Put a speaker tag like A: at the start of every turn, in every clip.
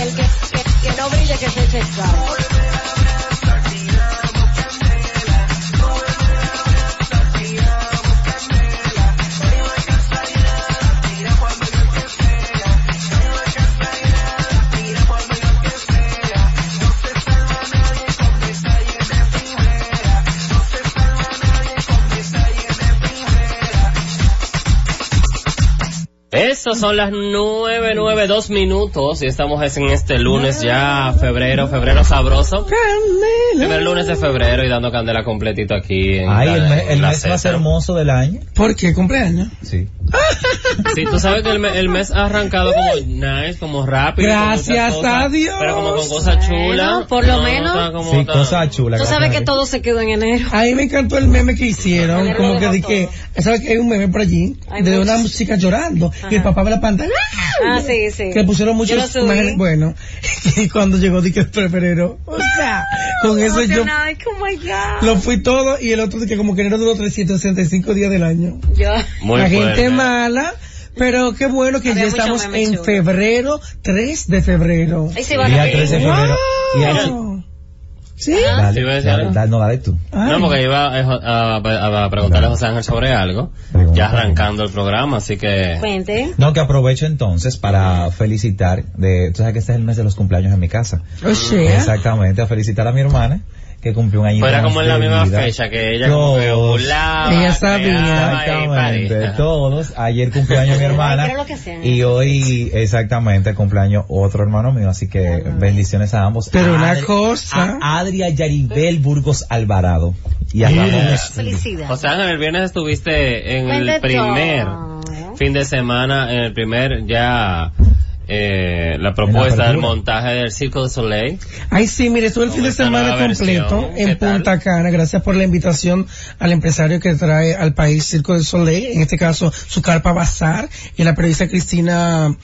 A: El que, que- que no brille, que se eche el sal.
B: Estos son las nueve, nueve, dos minutos y estamos en este lunes ya, febrero, febrero sabroso. Primer lunes de febrero y dando candela completito aquí en,
C: Ay, el,
B: la-
C: mes-
B: en
C: el
B: la
C: mes más
B: César.
C: hermoso del año.
D: ¿Por qué? ¿Cumpleaños?
C: Sí.
B: Sí, tú sabes que el, me- el mes ha arrancado como nice, como rápido. con muchas
D: Gracias
B: cosas,
D: a Dios.
B: Pero como con cosas
A: Bueno,
B: chulas.
A: por lo
B: No,
A: menos.
B: está como
C: Sí,
B: tan-
C: cosa chula.
A: Tú sabes que
C: todo
A: todo se quedó en enero.
D: Ahí me encantó el meme que hicieron,
A: Enero
D: como
A: lo
D: que
A: dejó
D: dije, ¿sabes que hay un meme por allí?
A: Hay
D: de una
A: muchos.
D: chica llorando, y el
A: Ajá.
D: papá ve la pantalla,
A: Ah, sí, sí.
D: que pusieron
A: Yo lo
D: muchas
A: subí.
D: imágenes, bueno, y cuando llegó dije febrero, o sea, con eso yo
A: Emocionada, es que, oh my God.
D: lo fui todo, y el otro dije como que enero duró 365 días del año.
A: Yo,
B: Muy
D: la
B: fuerte.
D: gente mala, pero qué bueno que
A: Había
D: ya
A: mucho
D: estamos
A: meme
D: en
A: chulo.
D: febrero, 3 de febrero.
A: ahí se va
C: Día
A: la
C: 13 de
A: película.
C: febrero. Y ahí-
D: Wow. ¿Sí?
A: Ajá.
C: Dale,
B: Sí, voy a decir
C: dale,
B: algo.
C: dale, no, dale tú.
D: Ay.
B: No, porque iba eh, jo- a, a- a preguntarle a José Ángel sobre algo,
C: Pregunta.
B: ya arrancando el programa, así que...
A: Cuente.
C: No, que aprovecho entonces para felicitar, de, tú sabes que este es el mes de los cumpleaños en mi casa.
D: O sea,
C: Exactamente, a felicitar a mi hermana que cumplió un año
B: Pero Pues era como en la
C: de
B: misma
C: vida.
B: fecha que ella como que
C: Todos.
B: volaba,
D: Ella sabía.
B: creaba y
C: Exactamente,
B: parista.
C: todos. Ayer cumpleaños mi hermana.
A: Pero lo que sea.
C: Y hoy, exactamente, cumpleaños otro hermano mío. Así que bendiciones a ambos.
D: Pero
C: Ah, A ah,
D: una
C: Adri-
D: cosa.
C: A Adria Yaribel Burgos Alvarado. Y a
B: Mira.
C: Ramón Escudo.
A: Felicidad.
B: O sea, Ángel, el viernes estuviste en
A: Cuente
B: el primer
A: todo.
B: fin de semana, en el primer ya eh, la
C: En
B: propuesta
C: la
B: del
C: apertura.
B: montaje del Circo de Soleil.
D: Ay, sí, mire, estuve el
B: ¿Cómo
D: fin de
B: está
D: semana
B: la versión?
D: completo
B: ¿Qué
D: en
B: tal?
D: Punta Cana. Gracias por la invitación al empresario que trae al país Circo del Soleil, en este caso su carpa Bazar, y la periodista Cristina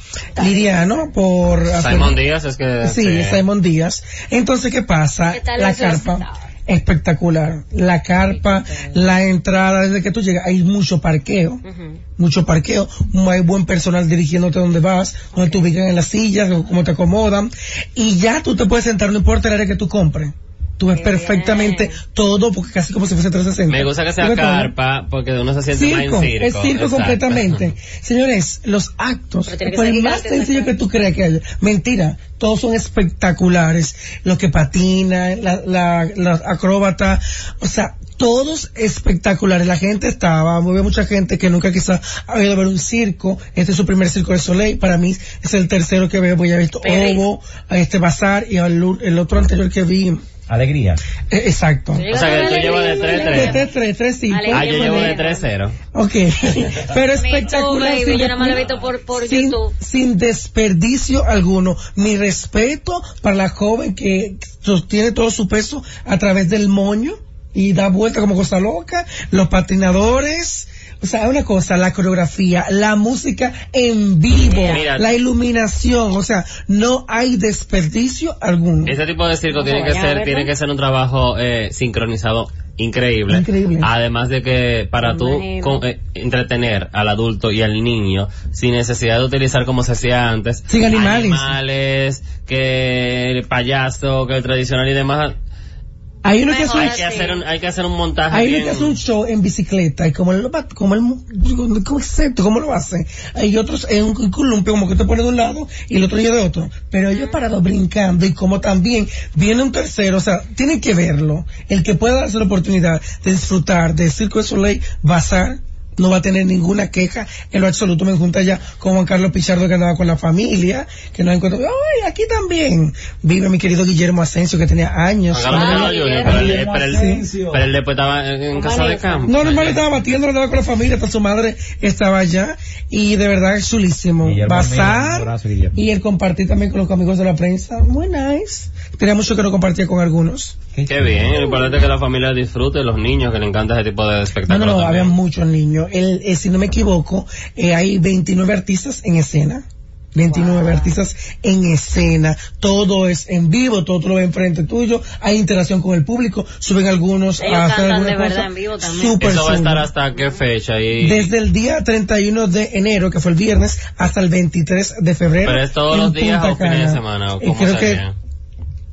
D: Liriano por... hacer-
B: Simon Díaz es que...
D: Sí, Simon Díaz. Entonces, ¿qué pasa?
A: ¿Qué tal
D: la
A: los
D: carpa.
A: resultados?
D: Espectacular. La carpa, la entrada, desde que tú llegas, hay mucho parqueo.
A: Ujú.
D: mucho parqueo, hay buen personal dirigiéndote a donde vas, donde te ubican en las sillas, cómo te acomodan, y ya tú te puedes sentar, no importa el área que tú compres. Tú ves
A: Qué
D: perfectamente
A: bien.
D: todo, porque casi como si fuese 360.
B: Me gusta que
D: Tú
B: sea
D: ves todo.
B: carpa porque uno se siente
D: Circo,
B: más en circo.
D: es circo
B: exacto.
D: completamente. Señores, los actos,
A: Pero tiene que
D: por
A: ser
D: el más
A: gigante,
D: sencillo
A: exacto.
D: que tú creas que haya, mentira, todos son espectaculares. Los que patinan, la, la, las acróbatas, o sea, todos espectaculares. La gente estaba, había mucha gente que nunca quizás había ido a ver un circo. Este es su primer circo de Soleil. Para mí es el tercero que veo, porque ya he visto
A: Perris.
D: Ovo, a este Bazar y al ul- el otro anterior que vi.
C: Alegría.
D: Eh, exacto.
A: Yo
B: O sea, que
A: llego
B: tú
A: con
B: llevas de
A: alegría,
B: tres,
A: con
B: tres.
D: De
A: alegría.
D: tres, tres, tres, cinco.
B: Ah, yo
A: Qué
B: llevo de
A: manera.
B: 3-0.
D: Ok, pero espectacular.
A: Me tuve,
D: sin
A: yo nada más lo he
D: desper-
A: visto por- por
D: sin,
A: YouTube.
D: sin desperdicio alguno. Mi respeto para la joven que sostiene todo su peso a través del moño y da vuelta como cosa loca. Los patinadores. O sea, una cosa, la coreografía, la música en vivo,
B: Mira.
D: la iluminación, o sea, no hay desperdicio alguno.
B: Ese tipo de circo
A: No,
B: tiene que
A: ya,
B: ser,
A: ¿verdad?
B: tiene que ser un trabajo eh, sincronizado increíble.
D: Increíble.
B: Además de que para
A: Me
B: tú
A: imagino.
B: con- eh, entretener al adulto y al niño sin necesidad de utilizar como se hacía antes.
D: Sin animales.
B: Animales, que el payaso, que el tradicional y demás.
D: Hay uno que es
A: Mejor
D: un,
A: Ah,
B: Hay que
A: sí.
B: hacer un, hay que hacer un montaje.
D: hay uno
B: bien-
D: que hace un show en bicicleta y como él lo va- como él, como exacto, cómo lo hacen. Hay otros en un columpio como que te pone de un lado y el otro día de otro. Pero ellos parados brincando y como también viene un tercero, o sea, tienen que verlo. El que pueda darse la oportunidad de disfrutar del Circo de Soleil Bazar no va a tener ninguna queja en lo absoluto. Me junta ya con Juan Carlos Pichardo que andaba con la familia, que no encuentro. ¡Ay, aquí también! Vive mi querido Guillermo Asensio que tenía años.
B: Hagamos
A: Ay,
B: un rollo,
A: bien.
B: pero él-
C: Guillermo
B: pero él-
C: Asensio.
B: pero él después estaba en, en casa de campo.
D: No, normal estaba batiendo, andaba con la familia, hasta su madre estaba allá y de verdad es chulísimo.
C: Guillermo, amigo, un
D: Bazar
C: abrazo, Guillermo.
D: y el compartir también con los amigos de la prensa, muy nice. Tenía mucho que no compartía con algunos.
B: Qué bien, lo importante es que la familia disfrute, los niños que le encanta ese tipo de
D: Ah, No,
B: espectáculo.
D: no, no, había
B: también.
D: muchos niños. El, eh, si no me equivoco, eh, hay 29 artistas en escena. 29 artistas en escena. Todo es en vivo, todo tú lo ves enfrente tuyo. Hay interacción con el público. Suben algunos
A: Ellos
D: a hacer
A: cantan
D: alguna
A: de verdad
D: cosa.
A: en vivo también.
D: Súper
B: Eso va a estar
D: chulo.
B: hasta qué fecha y
D: Desde el día 31 de enero, que fue el viernes, hasta el 23 de febrero.
B: Pero es todos
D: en
B: los días
D: Punta
B: o fines de
D: Cana.
B: semana o
D: Y
B: cómo
D: creo
B: sería?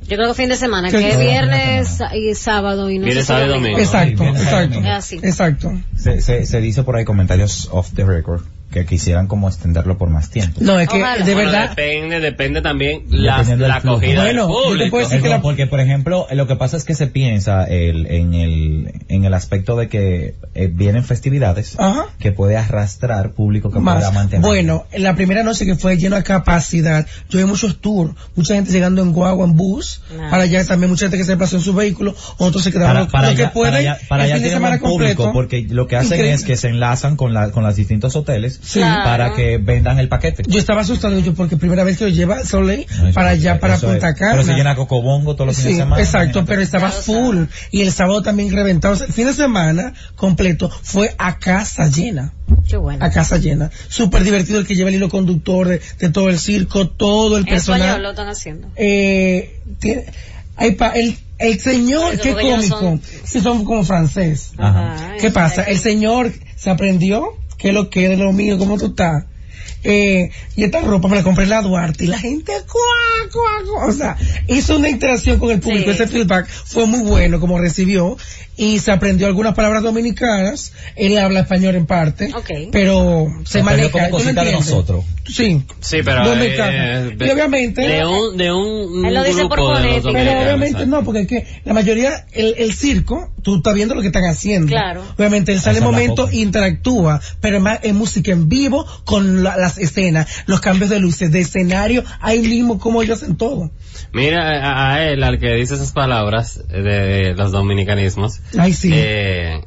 A: Yo creo que fin de semana,
D: Creo
A: que
D: que
A: es
D: sí.
A: viernes y sábado y no
B: Viernes,
A: sé si
B: sábado y
D: que,
B: domingo.
D: exacto,
C: Ay, bien,
D: exacto.
C: bien.
A: Es así.
D: Exacto.
C: Se, se, se dice por ahí comentarios off the record que quisieran como extenderlo por más tiempo.
D: No, es que
A: Ojalá.
D: de
B: Bueno,
D: verdad,
B: depende, depende también la,
C: Dependiendo del
B: la
C: flujo.
B: acogida del
D: Bueno, yo te
B: público.
D: puedo decir Pues
C: Es
D: que
C: como
D: la-
C: Porque, por ejemplo, eh, lo que pasa es que se piensa el- en, el, en el aspecto de que eh, vienen festividades
D: Ajá.
C: que puede arrastrar público que
D: Ah. más.
C: pueda mantener.
D: Bueno, en la primera noche que fue lleno a capacidad, yo vi muchos tours, mucha gente llegando en guagua, en bus,
A: Nice.
D: para allá también mucha gente que se desplazó en su vehículo, otros se quedaron
C: para, para
D: lo que
C: allá-
D: pueden
C: para allá-
D: el
C: para allá
D: fin de
C: tienen
D: semana
C: buen público,
D: completo.
C: porque lo que hacen
D: Increíble.
C: es que se enlazan con la con los distintos hoteles
D: Sí.
C: para
A: Claro.
C: que vendan el paquete.
D: Yo estaba asustado, yo, porque primera vez que lo lleva Soleil
C: No, eso
D: para
C: es-
D: allá, para
C: eso es.
D: Punta Cana.
C: Pero se llena Cocobongo todos los
D: Sí,
C: fines de semana.
D: exacto,
C: imagínate.
D: pero estaba
A: Claro,
D: full. Y el sábado también reventado. O sea, el fin de semana completo fue a casa llena.
A: Qué bueno.
D: A casa llena. Súper divertido el que lleva el hilo conductor de, de todo el circo, todo el
A: En español
D: personal.
A: lo están haciendo.
D: Eh, tiene- ay, pa- el, el señor,
A: Eso,
D: qué
A: porque ellos
D: cómico. Sí, son como francés.
C: Ajá.
A: Ay,
D: ¿Qué pasa?
A: ay,
D: El señor se aprendió que lo que es lo mío, cómo tú estás. Eh, y esta ropa me la compré en la Duarte y la gente cuá, cuá, cuá. o sea, hizo una interacción con el público,
A: Sí.
D: ese feedback fue muy bueno como recibió y se aprendió algunas palabras dominicanas, él habla español en parte,
A: Ok.
D: pero se
C: Aprendió
D: maneja,
C: como
D: ¿tú lo
C: cosita de
D: entiendes?
C: nosotros.
D: Sí,
B: Sí, pero
D: Dominicana.
B: eh, de-
D: Y obviamente-
B: de un de un
A: Él lo dice
B: grupo
A: por
B: de los
A: fonética.
D: Pero
B: dominicanos,
D: obviamente
B: exacto.
D: no, porque es que la mayoría, el, el circo, tú estás viendo lo que están haciendo.
A: Claro.
D: Obviamente él sale en
C: Esa es la
D: momento,
C: poca.
D: interactúa, pero más en música en vivo, con la- las escenas, los cambios de luces, de escenario, ahí mismo como ellos hacen todo.
B: Mira a, a él al que dice esas palabras eh, de los dominicanismos.
D: Ay, sí.
B: Eh,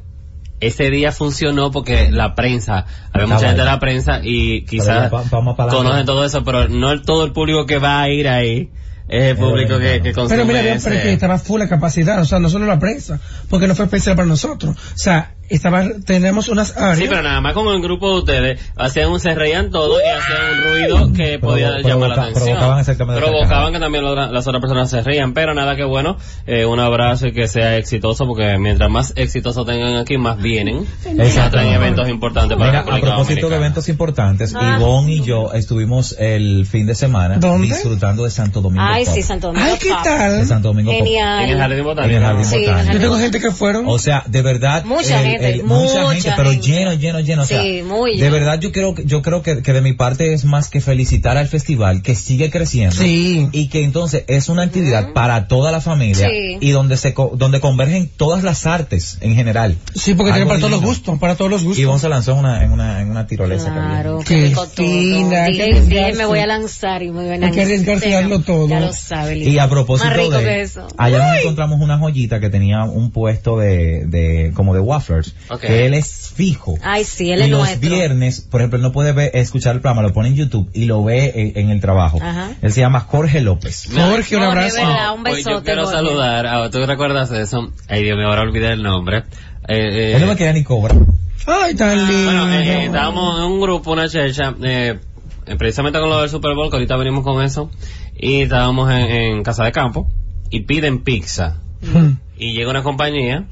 B: ese día funcionó porque la prensa, había mucha
C: Ah,
B: gente de
C: vale.
B: la prensa y
C: Pero ya
B: quizás
C: va- vamos para adelante.
B: conocen todo eso, pero no el- todo el público que va a ir ahí es el público que,
C: dominicano.
B: que consume
D: pero mira, bien,
B: ese-
D: pero es que estaba full la capacidad, o sea, no solo la prensa, porque no fue especial para nosotros. O sea, estaba, tenemos unas áreas.
B: Sí, pero nada más como el grupo de ustedes, hacían un, se reían todos y hacían un ruido que
C: Provo-
B: podía llamar la
C: provoca-
B: atención.
C: provocaban exactamente la
B: Provocaban
C: carcajada.
B: que también lo- las otras personas se rían, pero nada que bueno, eh, un abrazo y que sea exitoso porque mientras más exitoso tengan aquí, más vienen. Y más
C: Exacto.
B: traen eventos importantes para
C: Mira,
B: la
C: a
B: República
C: propósito de
B: Dominicana.
C: eventos importantes,
A: Ah.
C: Ivonne y yo estuvimos el fin de semana
D: ¿Dónde?
C: disfrutando de Santo Domingo
A: Ay,
C: Pop.
A: sí, Santo Domingo.
D: Ay, ¿qué
A: Pop.
C: De
D: tal?
C: Santo Domingo Pop.
A: Genial.
B: En el jardín botánico.
C: En el jardín
A: Sí, en el
C: botánico.
D: Yo
A: jardín
D: tengo
A: botánico.
D: gente que fueron.
C: O sea, de verdad.
A: Mucha gente,
C: mucha,
A: mucha
C: gente, pero
A: gente.
C: lleno, lleno, lleno. O sea,
A: Sí, muy
C: De
A: lleno.
C: verdad, yo creo, que- yo creo que, que de mi parte es más que felicitar al festival que sigue creciendo.
D: Sí.
C: Y que entonces es una actividad para toda la familia.
A: Sí.
C: Y donde se, co- donde convergen todas las artes en general.
D: Sí, porque tiene
C: Algo
D: para todos los
C: lindo.
D: gustos, para todos los gustos.
C: Ivonne se lanzó en una, en una, en una tirolesa que había.
A: Claro,
D: Qué
A: qué rico todo.
D: fina,
A: Dile,
D: qué
A: dile,
D: arriesgarse.
A: me voy a lanzar y me voy a lanzar.
D: Hay que arriesgarse y darlo todo.
A: Ya lo sabe, Lili.
C: Y a propósito
A: Más rico
C: de
A: que eso.
C: allá nos encontramos una joyita que tenía un puesto de, de como de wafflers,
B: Ok.
C: que él es fijo.
A: Ay, sí, Ah, él
C: y
A: es
C: los
A: nuestro.
C: viernes, por ejemplo, él no puede ver- escuchar el programa, lo pone en YouTube y lo ve en, en el trabajo.
A: Ajá.
C: Él se llama Jorge López.
D: Jorge, un
A: No, de
D: abrazo.
A: verdad, un
B: Pues yo
A: besote,
B: quiero
A: Jorge.
B: saludar, a, ¿tú recuerdas eso? Ay Dios mío, ahora olvidé el nombre. Eh, eh,
C: Él no me queda ni cobra.
D: Ay, tan lindo.
B: Bueno, eh, estábamos en un grupo, una checha, eh, eh, precisamente con lo del Super Bowl, que ahorita venimos con eso, y estábamos en, en Casa de Campo, y piden pizza.
D: Mm.
B: y llega una compañía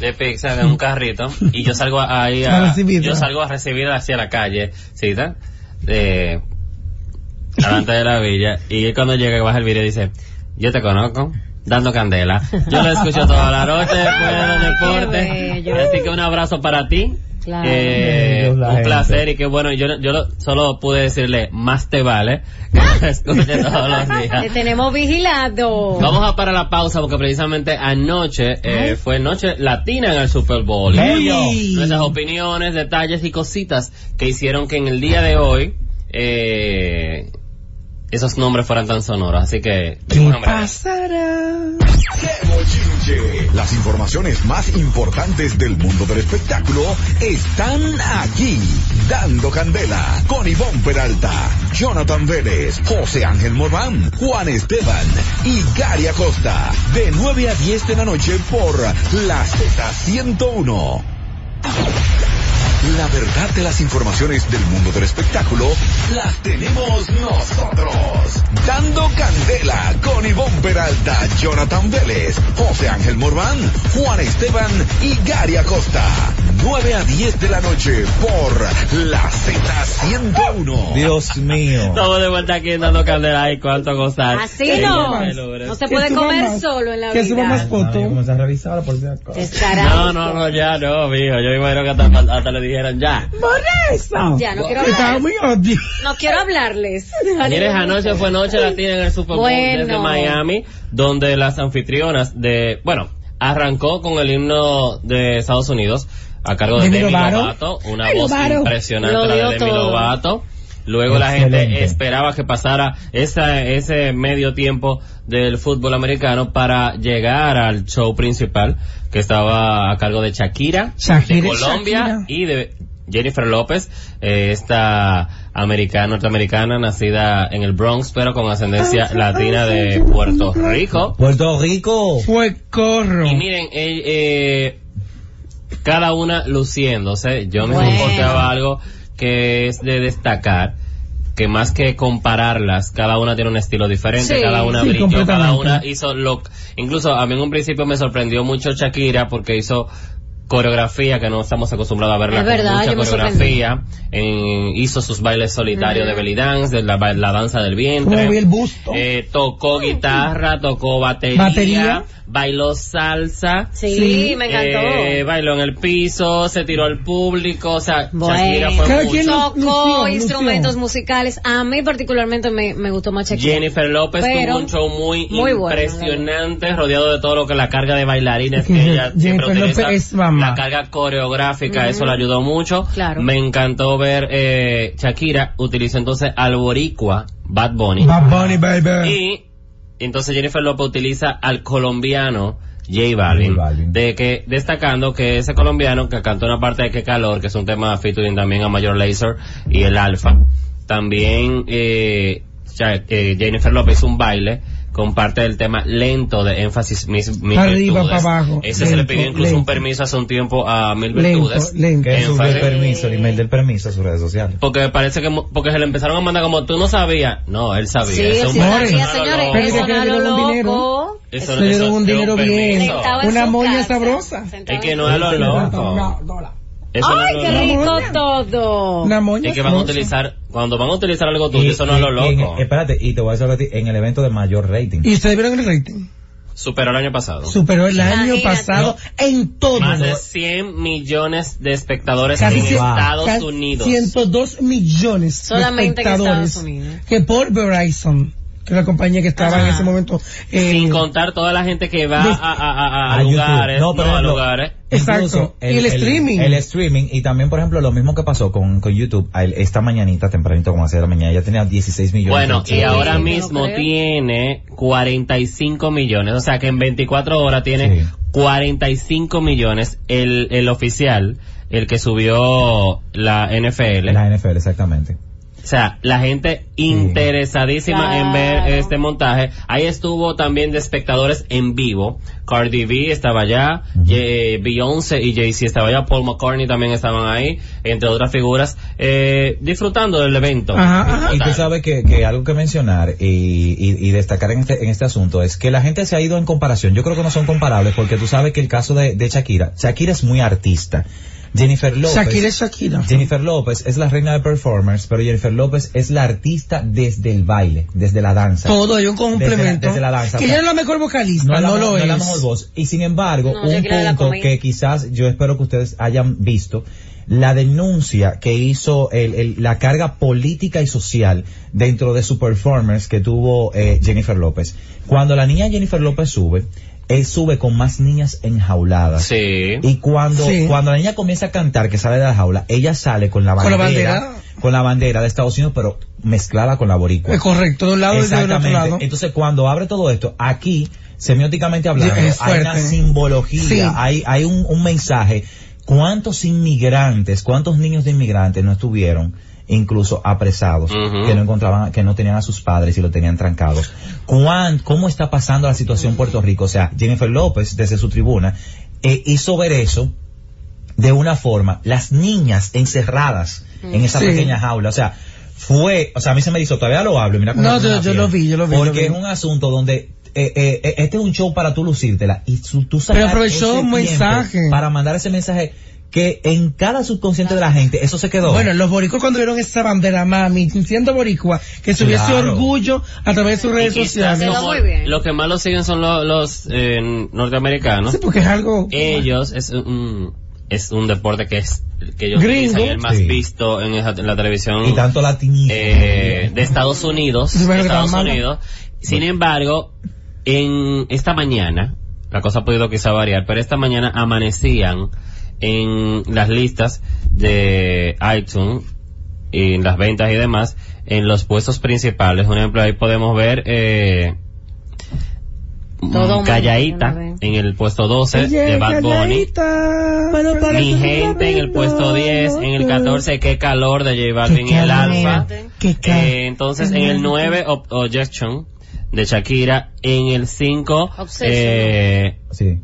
B: de pizza en un carrito y yo salgo ahí
D: A
B: a,
D: recibirla.
B: yo salgo a recibirla hacia la calle, ¿sí? ¿tá? De, delante de la villa y él cuando llega que baja el video dice, yo te conozco. Dando candela. Yo lo escucho toda la noche después de los
A: Ay, qué
B: deportes.
A: bello.
B: Así que un abrazo para ti.
A: Claro.
B: Eh,
C: Bellos la
B: un
C: gente.
B: placer y que bueno, yo, yo lo- solo pude decirle, más te vale que lo escuche todos los días.
A: Te tenemos vigilado.
B: Vamos a para la pausa porque precisamente anoche eh, fue noche latina en el Super Bowl.
D: Bello.
B: Nuestras opiniones, detalles y cositas que hicieron que en el día de hoy eh, esos nombres fueran tan sonoros. Así que...
D: ¿Qué
B: bueno, hombre,
D: pasará?
E: ¡Qué bochinche! Las informaciones más importantes del mundo del espectáculo están aquí. Dando Candela con Ivonne Peralta, Jonathan Vélez, José Ángel Morán, Juan Esteban y Gary Acosta. De 9 a 10 de la noche por La Z101. La verdad de las informaciones del mundo del espectáculo las tenemos nosotros. Dando candela con Ivonne Peralta, Jonathan Vélez, José Ángel Morván, Juan Esteban y Gary Acosta. 9 a 10 de la noche por la Z101.
C: Dios mío.
B: Estamos de vuelta aquí en Dando Candela y cuánto gozar. Eh,
A: Así no. No se
D: Que
A: puede
D: suba
A: comer
D: más-
A: solo en la
D: que suba
A: vida.
D: más foto.
C: Vamos a revisarla por si acaso.
A: Estará.
B: No, no, no, ya no, mijo. Yo me imagino que hasta, hasta le dijeron ya.
D: ¡Borra eso!
A: Ya, no quiero
D: Estaba
A: hablar.
D: muy obvio.
A: No quiero hablarles.
B: Mires, anoche fue noche latina en el Super Bowl
A: Bueno.
B: desde Miami, donde las anfitrionas de, bueno, arrancó con el himno de Estados Unidos a cargo de
D: Demi
B: Demi
D: Lovato.
B: Lovato, una
D: Ay,
B: voz
D: Lovato.
B: impresionante
A: Lo
B: la de
A: dio
B: Demi
A: todo.
B: Lovato. Luego la gente
C: Excelente.
B: esperaba que pasara esa, ese medio tiempo del fútbol americano para llegar al show principal que estaba a cargo de Shakira,
D: Shakira,
B: de Colombia
D: Shakira.
B: y de Jennifer López, eh, esta americana, norteamericana, nacida en el Bronx, pero con ascendencia latina de Puerto Rico.
C: Puerto Rico.
D: Fue corro.
B: Y miren, eh, eh, cada una luciéndose. Yo me
A: Bueno.
B: reporteaba algo que es de destacar, que más que compararlas, cada una tiene un estilo diferente,
A: Sí.
B: cada una
D: Sí,
B: brilló, cada
D: completamente.
B: una hizo lo... Incluso a mí en un principio me sorprendió mucho Shakira porque hizo coreografía que no estamos acostumbrados a verla
A: Es
B: con
A: verdad,
B: mucha
A: yo me
B: coreografía en- hizo sus bailes solitarios de belly dance de la, ba- la danza del vientre
D: Como vi el busto.
B: eh, tocó guitarra, tocó batería,
D: Batería.
B: bailó salsa,
A: Sí,
D: Sí.
A: me encantó.
B: eh, bailó en el piso, se tiró al público, o sea,
A: Bueno.
B: Shakira fue
D: Cada
B: mucho.
D: quien lo-
A: Tocó
D: Lució,
A: instrumentos
D: lució.
A: musicales. A mí particularmente me, me gustó más Shakira.
B: Jennifer López
A: Pero-
B: tuvo un show muy,
A: muy bueno,
B: impresionante, rodeado de todo lo que la carga de bailarines que
D: Ujú.
B: ella siempre
D: Jennifer López
B: utiliza,
D: es mamá.
B: la carga coreográfica, eso le ayudó mucho.
A: Claro.
B: Me encantó ver eh, Shakira utilizó entonces al boricua Bad Bunny.
D: Bad Bunny, baby.
B: Y entonces Jennifer López utiliza al colombiano J Balvin,
C: J Balvin.
B: de que destacando que ese colombiano que cantó una parte de Que Calor, que es un tema featuring también a Mayor Lazer y el Alfa, también eh, ya- eh, Jennifer López hizo un baile con parte del tema lento de énfasis mis, mis
D: Arriba,
B: virtudes.
D: pa' abajo.
B: Ese se le
D: Lento,
B: pidió incluso un
D: lento.
B: permiso hace un tiempo a Mil
D: Lento,
B: Virtudes.
D: lento.
C: Que sube el
B: Énfasis.
C: permiso, el email del permiso a sus redes sociales.
B: Porque me parece que, mo- porque se le empezaron a mandar como tú no sabías. No, él sabía.
A: Sí,
B: Eso
A: él
B: es
A: sí
B: un-
D: More.
A: sabía,
B: no,
A: señores.
B: no,
D: Pero
A: eso
D: que
A: era
D: le
A: lo
D: dieron dinero.
A: loco.
B: Eso,
D: Se le dieron un
B: es
D: dinero bien.
B: permiso.
A: Sentado en
D: Una
A: su
D: moña
A: casa,
D: sabrosa.
A: sentado
B: Es que
A: en
B: no
A: su-
B: es lo loco. Eso no es
A: ¡Ay,
B: lo
A: qué
B: loco.
A: rico
D: moña.
A: todo!
D: Una moña.
B: Es que van a
D: sabrosa.
B: utilizar, cuando van a utilizar algo tuyo,
C: Y-
B: eso no es
C: y-
B: lo
C: y en-
D: Eh,
B: loco.
C: espérate, y te voy a decir a ti, en el evento de mayor rating.
D: Y ustedes vieron el rating.
B: Superó el año pasado.
D: Superó el año
A: Imagínate.
D: pasado en todo.
B: Más de 100 millones de espectadores en
D: cien-
B: Estados
D: casi
B: Unidos.
D: 102 millones
A: Solamente
D: de
A: en
D: espectadores
A: Estados Unidos.
D: que por Verizon, que es la compañía que estaba en
A: Ajá.
D: ese momento eh,
B: Sin contar toda la gente que va a,
D: de-
B: a- a- a
C: A Ah, YouTube.
B: lugares,
C: No,
B: no,
C: pero
B: a
C: no.
B: lugares.
D: Exacto. Y el streaming.
C: El, streaming. Y también, por ejemplo, lo mismo que pasó con, con YouTube. a él- esta mañanita, tempranito, como a las seis de la mañana, ya tenía 16 millones.
B: Bueno,
C: de
B: y ahora
A: no
B: mismo
A: creo.
B: tiene 45 millones, o sea que en 24 horas tiene
C: Sí.
B: 45 millones el, el oficial, el que subió la NFL.
C: La NFL, exactamente.
B: O sea, la gente interesadísima en
A: Claro.
B: ver este montaje. Ahí estuvo también de espectadores en vivo. Cardi B estaba allá, Ye- Beyoncé y Jay-Z estaba allá, Paul McCartney también estaban ahí, entre otras figuras, eh, disfrutando del evento.
D: Ah, Ajá,
C: Y
D: ajá.
C: tú sabes que, que algo que mencionar y, y- y destacar en este, en este asunto es que la gente se ha ido en comparación. Yo creo que no son comparables porque tú sabes que el caso de, de Shakira, Shakira es muy artista. Jennifer López.
D: Shakira es Shakira.
C: Jennifer López es la reina de performance, pero Jennifer López es la artista desde el baile, desde la danza.
D: Todo, hay un complemento.
C: desde la danza,
D: que
C: o sea,
D: ella es la mejor vocalista, no,
C: es la
D: lo
C: mejor-
D: es.
C: es la mejor voz. Y sin embargo,
A: No, yo
C: un
A: quiero la
C: punto
A: comida.
C: que quizás yo espero que ustedes hayan visto, la denuncia que hizo el- el- la carga política y social dentro de su performance que tuvo eh, Jennifer López. Cuando la niña Jennifer López sube, él sube con más niñas enjauladas.
B: Sí.
C: Y cuando,
D: Sí.
C: cuando la niña comienza a cantar, que sale de la jaula, ella sale con la
D: Con la
C: bandera,
D: bandera.
C: con la bandera de Estados Unidos, pero mezclada con la boricua.
D: Es correcto, de un lado y del otro lado.
C: Exactamente. Entonces, cuando abre todo esto, aquí, semióticamente hablando,
D: Sí, es
C: hay una
D: fuerte.
C: simbología,
D: Sí.
C: hay, hay un, un mensaje. ¿Cuántos inmigrantes, cuántos niños de inmigrantes no estuvieron incluso apresados,
B: Ujú.
C: que no encontraban, que no tenían a sus padres y lo tenían trancados? ¿Cuán, ¿Cómo está pasando la situación en Puerto Rico? O sea, Jennifer López, desde su tribuna, eh, hizo ver eso de una forma, las niñas encerradas en esa
D: Sí.
C: pequeña jaula, o sea, fue, o sea, a mí se me hizo, todavía lo hablo, mira cómo
D: No,
C: me pone
D: yo-
C: la
D: yo
C: piel.
D: lo vi, yo lo vi,
C: Porque
D: lo vi.
C: es un asunto donde eh, eh, eh, este es un show para tú lucírtela y su- tú sacar
D: Pero aprovechó
C: ese
D: un
C: tiempo
D: mensaje.
C: para mandar ese mensaje que en cada subconsciente de la gente eso se quedó.
D: Bueno, los boricuas cuando vieron esa bandera, mami, siendo boricua, que subiese
C: Claro.
D: orgullo a través de sus redes
B: Y quizás
D: sociales.
A: Pero
B: como
A: muy bien.
B: Lo que más lo siguen son lo- los, eh, norteamericanos.
D: Sí, porque es algo...
A: Eh,
B: ellos es un es un deporte que es que ellos
D: Gringo.
B: utilizan, el más
C: Sí.
B: visto en, esa- en la televisión
C: y tanto latinito.
B: Mm. eh, de Estados Unidos
D: Sí, pero
B: de
D: que
B: Estados
D: estaba malo.
B: Unidos sin embargo en esta mañana la cosa ha podido quizá variar pero esta mañana amanecían en las listas de iTunes en las ventas y demás en los puestos principales un ejemplo ahí podemos ver eh,
A: Todo
B: calladita
A: mal,
B: en el puesto 12 de Bad Bunny mi gente en el puesto 10, en el 14, qué calor de J Balvin
D: Qué
B: en el
D: calor.
B: alfa.
D: Qué calor.
B: Eh, entonces en el 9, Ob- Objection de Shakira. En el 5,
A: Obsession.
B: eh,
C: Sí.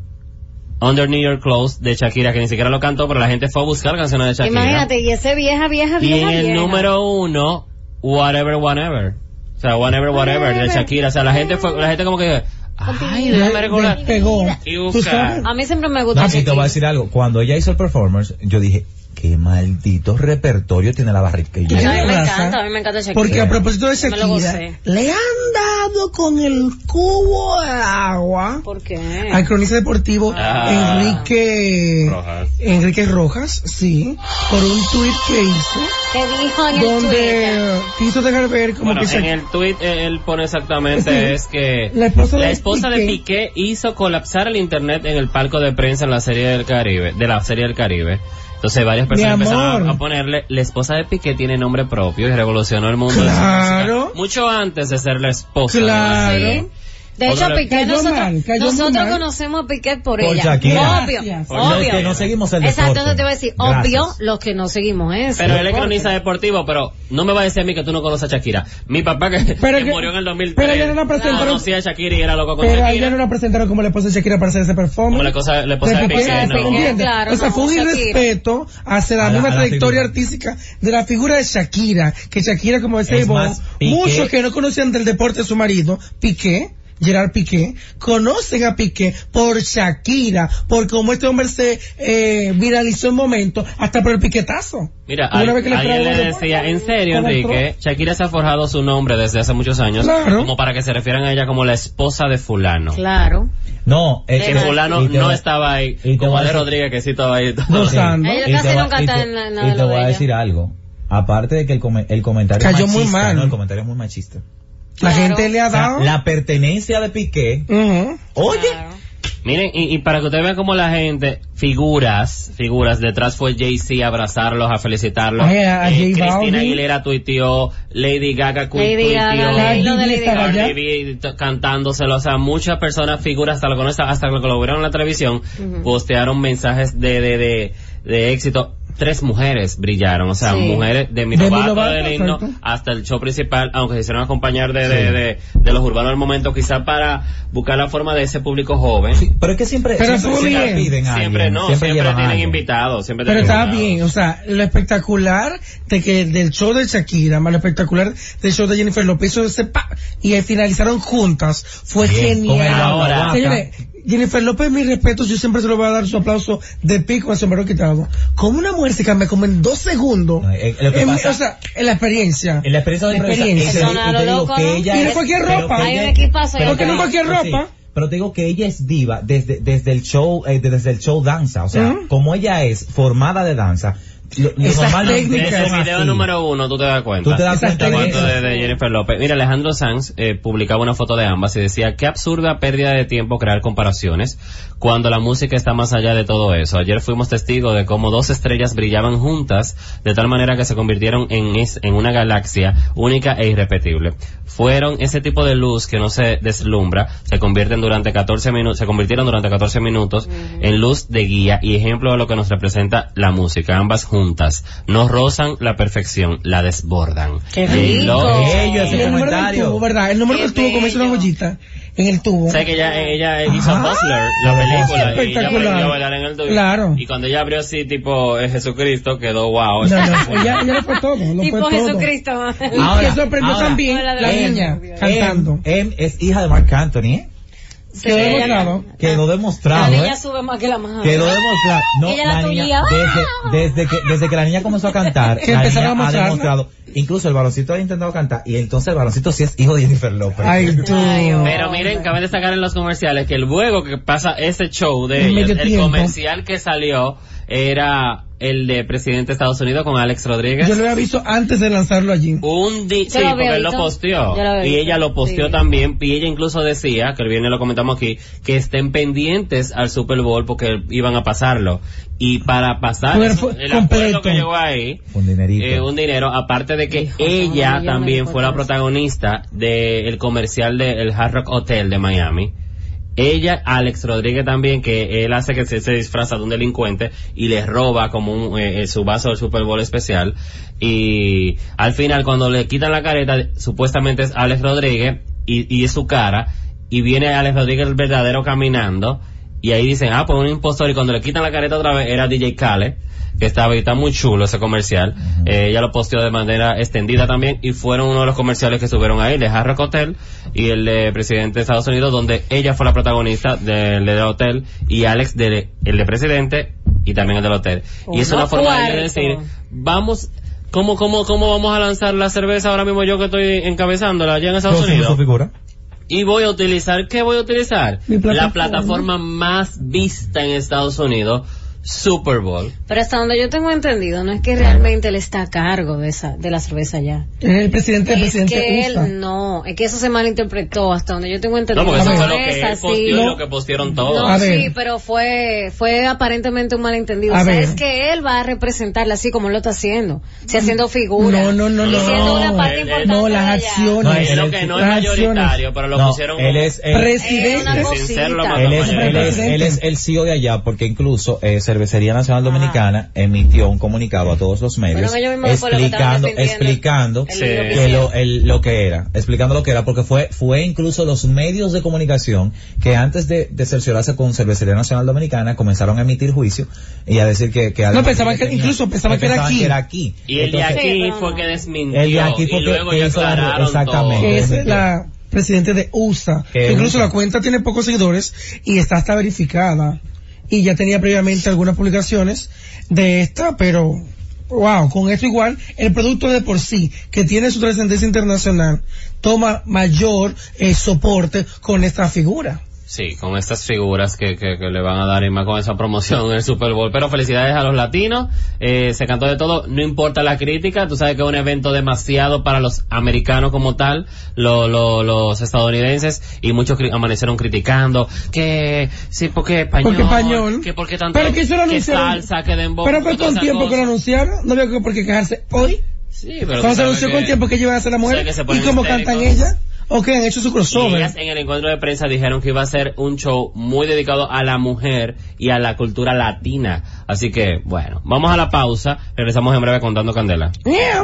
B: Under New York Clothes de Shakira, que ni siquiera lo cantó, pero la gente fue a buscar canciones de Shakira.
A: Imagínate, y ese vieja, vieja,
B: Y
A: vieja.
B: en el
A: vieja.
B: número 1, Whatever, Whatever. O sea, Whatever, Whatever de Shakira. O sea, la gente fue, la gente como que, ay, déjame recordar.
D: Pegó.
B: Y buscar.
A: A mí siempre me gusta.
C: No, sí, te voy a decir algo. Cuando ella hizo el performance, yo dije, qué maldito repertorio tiene la
A: A mí
C: barriquilla.
A: me
D: Raza.
A: encanta, a mí me encanta Shakira.
D: Porque a propósito de
A: Me lo
D: Shakira,
A: gocé.
D: le han dado con el cubo de agua
A: ¿Por qué?
D: al cronista deportivo
B: Ah.
D: Enrique
B: Rojas.
D: Enrique Rojas, sí, por un tuit que hizo
A: ¿Qué dijo en el Twitter?
D: donde quiso dejar ver como
B: Bueno,
D: que
B: en
D: Shakira-
B: el tweet él pone exactamente
D: Sí.
B: es que
D: La esposa de
B: esposa de Piqué hizo colapsar el internet en el palco de prensa en la serie del Caribe, de la serie del Caribe. Entonces varias
D: Mi
B: personas empezaron a,
D: amor.
B: a ponerle la esposa de Piqué tiene nombre propio y revolucionó el mundo. de la
D: Claro.
B: música, Mucho antes de ser la esposa. de la
D: Claro.
B: serie.
A: De hecho,
B: Otra vez.
A: Piqué,
D: Cayó
A: nosotros,
D: mal, cayó muy
A: nosotros
D: mal.
A: conocemos a Piqué por,
C: Por
A: ella.
C: Shakira.
A: Obvio,
D: Gracias.
B: Por lo
A: obvio.
C: Los que no seguimos el
A: Exacto,
C: deporte.
A: entonces te voy a decir,
C: Gracias.
A: obvio, los que no seguimos eso.
B: Pero él es cronista deportivo, pero no me va a decir a mí que tú no conoces a Shakira. Mi papá que,
D: Pero
B: que
D: que-
B: murió en el 2003
D: pero ella no la presentaron-
B: conocía a Shakira y era loco con
D: Pero a
B: Shakira.
D: ella no la presentaron como la esposa de Shakira para hacer ese performance.
B: Como la cosa- la esposa de
D: Piqué,
B: Piqué,
D: ¿se
B: no.
D: entiende?
A: Claro,
D: o sea,
A: no,
D: fue un
A: Shakira.
D: irrespeto hacia la
C: A la-
D: misma
C: a la
D: trayectoria
C: figura.
D: artística de la figura de Shakira, que Shakira, como decía
C: Es
D: Ivonne,
C: más, Piqué-
D: muchos que no conocían del deporte de su marido, Piqué, Gerard Piqué, conocen a Piqué por Shakira, por cómo este hombre se eh, viralizó en momento, hasta por el piquetazo.
B: Mira,
D: Una
B: al-
D: vez que le
B: alguien
D: trago
B: le
D: de-
B: decía, en serio,
D: Como
B: Enrique, Shakira se ha forjado su nombre desde hace muchos años,
D: Claro.
B: como para que se refieran a ella como la esposa de fulano.
A: Claro.
C: No, eh,
B: Que
C: eh,
B: fulano
C: y te
B: no
C: voy-
B: estaba ahí,
C: y te
B: como
C: voy a
B: Ale
C: decir-
B: Rodríguez que sí estaba ahí.
D: Gozando.
C: Sí.
A: Ella
C: Y
A: casi
C: te voy-
A: nunca
C: y
A: está
C: te-
A: en la- nada
C: y
A: de
C: te
A: lo
C: voy
A: de
C: a
A: ella.
C: decir algo. Aparte de que el, come- el comentario
D: Cayó
C: machista,
D: muy mal.
C: ¿no? el comentario es muy machista.
D: La
A: Claro.
D: gente le ha
C: O sea,
D: dado...
C: la pertenencia de Piqué.
D: Ujú.
C: Oye,
A: Claro.
B: Miren, y, y para que ustedes vean cómo la gente, figuras, figuras, detrás fue Jay-Z a abrazarlos, a felicitarlos. Eh,
D: Ay, a- a J Balvin.
B: Cristina Aguilera tuiteó, Lady Gaga cu-
A: Lady
B: tuiteó,
A: Gaga,
D: la-
A: lo de
D: Cardi B
A: Lady
D: estaba
A: Gaga.
D: allá.
B: Cardi B t- cantándoselo, o sea, muchas personas, figuras, hasta lo conocen, hasta lo que lo vieron en la televisión, postearon mensajes de, de, de, de éxito. tres mujeres brillaron, o sea,
A: Sí.
B: mujeres de mi
D: Demi
B: novato,
D: Lovato,
B: del himno,
D: exacto.
B: hasta el show principal, aunque se hicieron acompañar de, de, de- de los urbanos al momento, quizá para buscar la forma de ese público joven.
C: Sí, pero es que siempre,
D: Pero
C: siempre,
D: estuvo
C: siempre
D: bien.
C: piden a
B: Siempre
C: alguien,
B: no, siempre,
C: llevan a
B: tienen
C: alguien.
B: invitados, siempre
D: Pero
B: tienen
D: está
B: invitados.
D: bien, o sea, lo espectacular de que del show de Shakira, más lo espectacular del show de Jennifer López, hizo ese pa- y ahí finalizaron juntas, fue
C: Bien, con el
D: genial.
B: Ahora.
C: guaguaca.
D: Señores, Jennifer López, mis respetos, yo siempre se lo voy a dar su aplauso de pico al sombrero quitado. Como una mujer se cambia como en dos segundos,
C: No, eh, lo que
D: en-
C: pasa-
D: o sea, en la experiencia.
C: En la experiencia de
D: La
C: prensa,
D: experiencia.
C: y te- y te digo
A: Sonado
C: que
A: loco,
C: ella
D: ¿no? Y no
C: es-
D: cualquier
C: pero
D: ropa.
C: que
A: Hay
C: ella-
A: un equipazo ahí
C: pero
D: Porque
C: que-
D: no
A: atrás.
D: cualquier
C: pero sí,
D: ropa.
C: Pero te digo que ella es diva desde, desde el show, eh, desde el show danza. O sea,
D: Ujú.
C: como ella es formada de danza, lo, lo
D: Esas
C: normal es-
D: técnicas
C: son
B: Desde el video
C: así.
B: número uno, tú te das cuenta.
C: Tú te das
D: Esas
C: cuenta de
D: técnicas.
B: Cuento
C: eso.
B: de, de Jennifer López. Mira, Alejandro Sanz eh, publicaba una foto de ambas y decía, qué absurda pérdida de tiempo crear comparaciones cuando la música está más allá de todo eso. Ayer fuimos testigos de cómo dos estrellas brillaban juntas de tal manera que se convirtieron en, es- en una galaxia única e irrepetible. Fueron ese tipo de luz que no se deslumbra, se convierten durante 14 minutos, se convirtieron durante 14 minutos en luz de guía y ejemplo de lo que nos representa la música, ambas juntas. No rozan la perfección, la desbordan.
A: Qué
B: Y
A: rico.
B: lo-
C: Bello
D: En
C: ese
D: el número del
C: comentario.
D: tubo, ¿verdad? El número
A: Qué
D: del tubo, como hizo una
A: bello.
D: joyita, en el tubo.
B: Sé que ella, ella hizo
D: Ajá.
B: Hustler, la película, y ella
D: Ah, Espectacular.
B: aprendió a bailar en el tubo.
D: Claro.
B: Y cuando ella abrió así, tipo, eh, Jesucristo, quedó wow.
D: No, no, ella, ella lo fue todo, lo fue
A: Tipo
D: todo.
A: Jesucristo.
D: Y
C: Ahora,
D: que sorprendió
C: ahora.
D: también
A: Hola,
D: la
A: David.
D: niña
A: Em,
D: cantando.
C: Em es hija de Marc Anthony, ¿eh?
A: Sí,
D: Quedó
A: ella-
D: demostrado.
C: Quedó
A: La
C: demostrado,
A: niña
C: ¿eh?
A: sube más que la madre.
C: Quedó demostrado. No,
A: Ella
C: la
A: la tuya.
C: niña, desde, desde, que, desde que la niña comenzó a cantar,
D: Que
C: la
D: empezaron a
C: niña ha
D: mostrarla.
C: demostrado. Incluso el baloncito ha intentado cantar, y entonces el baloncito sí es hijo de Jennifer López.
D: Ay, tú.
A: Ay, oh.
B: Pero miren, cabe destacar en los comerciales que el juego que pasa ese show de
D: En
B: ellos,
D: medio
B: el
D: tiempo.
B: comercial que salió era el de presidente de Estados Unidos con Alex Rodríguez.
D: Yo lo había visto antes de lanzarlo allí.
B: Un di
A: Yo
B: sí,
A: lo había
B: porque él lo
A: visto.
B: posteó.
A: Yo lo había
B: Y
A: visto,
B: ella lo posteó
A: sí.
B: también. Y ella incluso decía, que el viernes lo comentamos aquí, que estén pendientes al Super Bowl porque iban a pasarlo. Y para pasar
D: Pero
B: eso,
D: fue
B: el acuerdo
D: completo.
B: que llegó ahí,
C: Un dinerito.
B: eh, un dinero, aparte de que
A: Hijo,
B: ella
A: no, yo
B: también
A: me
B: fue la
A: acuerdo.
B: protagonista del comercial del Hard Rock Hotel de Miami. Ella, Alex Rodríguez también, que él hace que se, se disfraza de un delincuente y le roba como un, eh, eh, su vaso del Super Bowl especial. Y al final, cuando le quitan la careta, supuestamente es Alex Rodríguez y, y es su cara. Y viene Alex Rodríguez el verdadero caminando. Y ahí dicen, ah, pues un impostor. Y cuando le quitan la careta otra vez, era DJ Khaled, que estaba y está muy chulo ese comercial. Eh, ella lo posteó de manera extendida también y fueron uno de los comerciales que subieron ahí, el de Hard Rock Hotel y el de Presidente de Estados Unidos, donde ella fue la protagonista del del hotel y Alex del el de Presidente y también el del hotel. y es una
A: Uno
B: forma de ella
A: cuarto.
B: decir, vamos, ¿cómo, cómo, cómo vamos a lanzar la cerveza ahora mismo yo que estoy encabezándola allá en Estados
C: Todos tienen
B: Unidos?
C: su figura.
B: Y voy a utilizar, ¿qué voy a utilizar?
D: Mi plataforma.
B: La plataforma más vista en Estados Unidos, Super Bowl.
A: Pero hasta donde yo tengo entendido, no es que realmente él está a cargo de esa, de la cerveza ya.
D: El presidente, el
A: Es
D: presidente
A: que
D: usa.
A: él, no, es que eso se malinterpretó hasta donde yo tengo entendido.
B: No, porque eso
D: A
B: fue
D: ver.
B: lo que
A: Cerveza,
B: él posteó y
A: sí.
B: lo que postearon todos.
A: No,
D: A
A: sí,
D: ver.
A: pero fue, fue aparentemente un malentendido.
D: A
A: o sea,
D: ver.
A: es que él va a representarla así como él lo está haciendo. Si haciendo figura.
D: No, no, no,
A: y
D: no.
A: siendo una parte
B: No,
A: importante
D: No,
A: de
D: las
A: allá.
D: acciones.
C: No,
B: es
C: él
B: lo
C: es-
B: que no es
D: las acciones.
B: mayoritario, pero lo
C: No,
B: pusieron
C: él
B: como-
C: es, él-
A: Es
D: presidente.
A: una
B: Sin ser lo más
A: cosita.
C: Él es,
B: Mañana.
C: él, es, él es el CEO de allá porque incluso eh, Cervecería Nacional Dominicana emitió un comunicado a todos los medios
A: Bueno, yo mismo fue lo que estaban
C: explicando,
A: defendiendo.
C: explicando
A: El
B: Sí.
A: libro
C: que
A: hicieron.
C: lo, el- lo que era, explicando lo que era porque fue, fue incluso los medios de comunicación que antes de, de cerciorarse con Cervecería Nacional Dominicana comenzaron a emitir juicio y a decir que... que
D: No, pensaban que- incluso pensaban que era aquí.
C: aquí.
B: Y el de
C: Entonces,
A: Sí,
B: aquí
A: pero
B: fue
A: no.
B: que desmintió.
C: El de aquí fue
B: y
C: que-
B: luego
C: que
B: ya
C: hizo la-
B: aclararon todo.
C: exactamente.
D: que es
C: Ujú.
D: la presidente de USA.
C: Que
D: Incluso
C: usa.
D: la cuenta tiene pocos seguidores y está hasta verificada. Y ya tenía previamente algunas publicaciones de esta, pero wow, con esto igual el producto de por sí, que tiene su trascendencia internacional, toma mayor eh, soporte con esta figura.
B: Sí, con estas figuras que, que, que le van a dar y más con esa promoción en el Super Bowl. Pero felicidades a los latinos, eh, se cantó de todo, no importa la crítica, tú sabes que es un evento demasiado para los americanos como tal, lo- lo- los estadounidenses, y muchos cri- amanecieron criticando que, sí, porque español,
D: Porque español.
B: que porque tanto,
D: pero que eso lo
B: que
D: anunciaron.
B: salsa, que dembow,
D: pero
B: que
D: fue
B: todas
D: con
B: esas
D: tiempo que
B: cosas.
D: lo anunciaron, no había por qué quejarse hoy.
B: Sí, pero tú
D: Cuando se
B: sabes
D: anunció
B: que-
D: con tiempo que ellos iban a ser la
B: o sea,
D: mujer
B: que se
D: y
B: ponen
D: cómo
B: histéricos.
D: cantan ellas. o que han hecho su
B: Y ellas
D: crossover.
B: en el encuentro de prensa dijeron que iba a ser un show muy dedicado a la mujer y a la cultura latina. Así que, bueno, vamos a la pausa. Regresamos en breve contando Candela.
D: Yeah.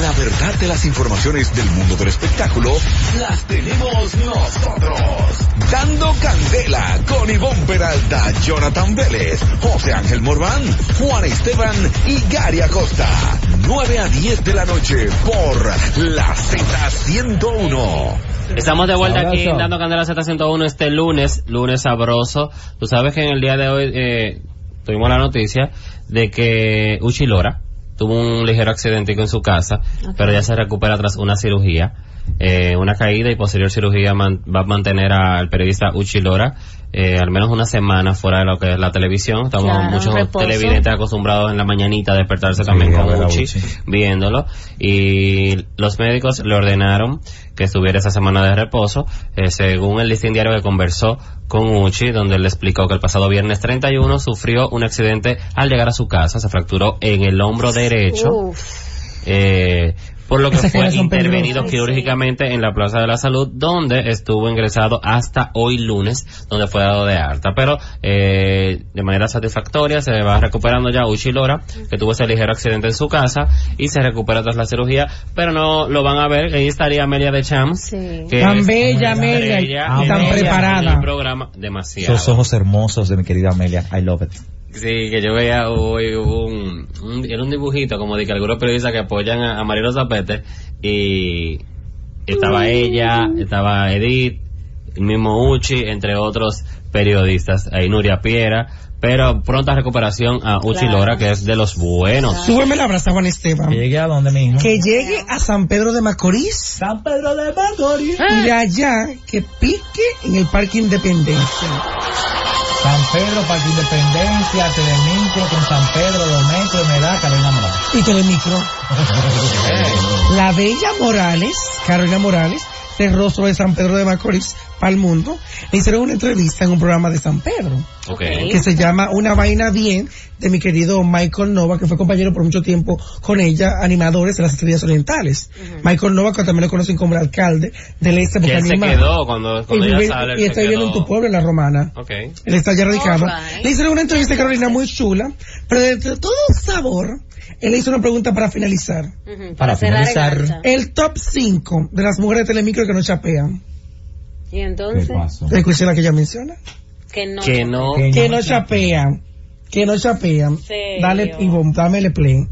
E: La verdad de las informaciones del mundo del espectáculo las tenemos nosotros. Dando candela con Ivonne Peralta, Jonathan Vélez, José Ángel Morván, Juan Esteban y Gary Acosta. 9 a 10 de la noche por la Z101.
B: Estamos de vuelta aquí
C: Abrazo.
B: en Dando Candela Z101 este lunes, lunes sabroso. Tú sabes que en el día de hoy eh, tuvimos la noticia de que Uchi Lora tuvo un ligero accidente en su casa,
A: Ok.
B: pero ya se recupera tras una cirugía, eh, una caída y posterior cirugía man- va a mantener al periodista Uchi Lora eh, al menos una semana fuera de lo que es la televisión. Estamos
A: Claro,
B: muchos
A: reposo.
B: televidentes acostumbrados en la mañanita a despertarse
C: Sí,
B: también
C: a
B: con
C: ver a
B: Uchi
C: Uchi.
B: viéndolo y los médicos le ordenaron que estuviera esa semana de reposo, eh, según el listín diario que conversó con Uchi, donde él le explicó que el pasado viernes 31 sufrió un accidente al llegar a su casa, se fracturó en el hombro derecho,
A: Uf,
B: eh, por lo que
D: Esas
B: fue
D: caídas son
B: intervenido
A: peligrosas.
B: quirúrgicamente en la Plaza de la Salud, donde estuvo ingresado hasta hoy lunes, donde fue dado de alta. Pero eh, de manera satisfactoria se va recuperando ya Uchi Lora, que tuvo ese ligero accidente en su casa y se recupera tras la cirugía, pero no lo van a ver. Ahí estaría Amelia de Champs.
A: sí.
B: que
D: Tan
B: es
D: bella,
B: una
D: Amelia,
B: estrella
C: y tan
B: en el
D: preparada.
B: programa demasiado.
C: Esos ojos hermosos de mi querida Amelia. I love it.
B: Sí, que yo veía hoy hubo un, un- era un dibujito como de que algunos periodistas que apoyan a, a Marielo Zapete y estaba ella, estaba Edith, el mismo Uchi, entre otros periodistas, ahí Nuria Piera, pero pronta recuperación a Uchi
A: Claro.
B: Lora que es de los buenos.
D: Súbeme la brasa, Juan
C: Que
D: Esteban.
C: llegué a donde mi hijo.
D: Que llegue a San Pedro de Macorís
C: San Pedro de Macorís.
D: y de allá que pique en el Parque Independencia.
C: San Pedro, Parque Independencia, Telemicro, con San Pedro, Dometro, Medaca, Carolina Morales.
D: Y Telemicro. La bella Morales, Carolina Morales, del rostro de San Pedro de Macorís para el mundo, le hicieron una entrevista en un programa de San Pedro.
B: Ok.
A: Ok.
D: que se llama Una vaina bien de mi querido Michael Nova, que fue compañero por mucho tiempo con ella, animadores de las estrellas orientales. Michael Nova, que también lo conocen como el alcalde del este,
B: Que
D: porque
B: él se
D: anima.
B: quedó cuando, cuando
D: y
B: ella
D: vive-
B: sale. él
D: y
B: se
D: está viviendo en
B: quedó.
D: tu pueblo, en la romana.
B: Ok.
D: Él está ya radicado.
A: Alright.
D: Le hicieron una entrevista a Carolina muy chula, pero de todo sabor, él le hizo una pregunta para finalizar.
A: Ujú,
C: Para
A: cerrar el
C: finalizar-
A: gancho.
D: El top 5 de las mujeres de Telemicro que no chapean.
A: Y entonces,
D: Escuché la que ella menciona.
A: que no.
B: Que no.
D: Que no chapean. Que no chapean.
A: Serio.
D: Dale, Ivonne, dámele play.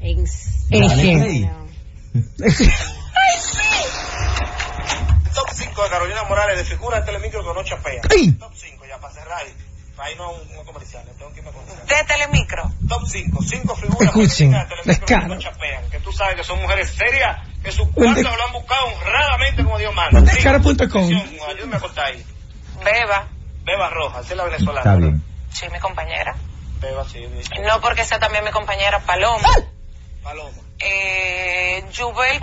A: En-
D: ¿En
C: Dale
D: qué?
C: play.
F: Top 5 de Carolina Morales de figura de Telemicro que no chapea.
D: ¡Ay!
F: Top 5, ya para cerrar. Para irnos a un, un comercial, tengo que irme a comercial.
G: de Telemicro.
F: Top 5, 5 figuras
D: Escuchen,
F: femeninas de Telemicro que
D: descaro.
F: no chapean. Que tú sabes que son mujeres serias, que sus cuartos
D: desc-
F: lo han buscado honradamente como Dios manda.
D: Descaro.com.
F: Atención, Ayúdame a cortar ahí.
G: Beba,
F: Beba Roja, esa es la venezolana.
C: Está bien.
G: sí, mi compañera.
F: Beba, sí. mi-
G: No porque sea también mi compañera Paloma.
F: Paloma.
G: Eh, Jubel,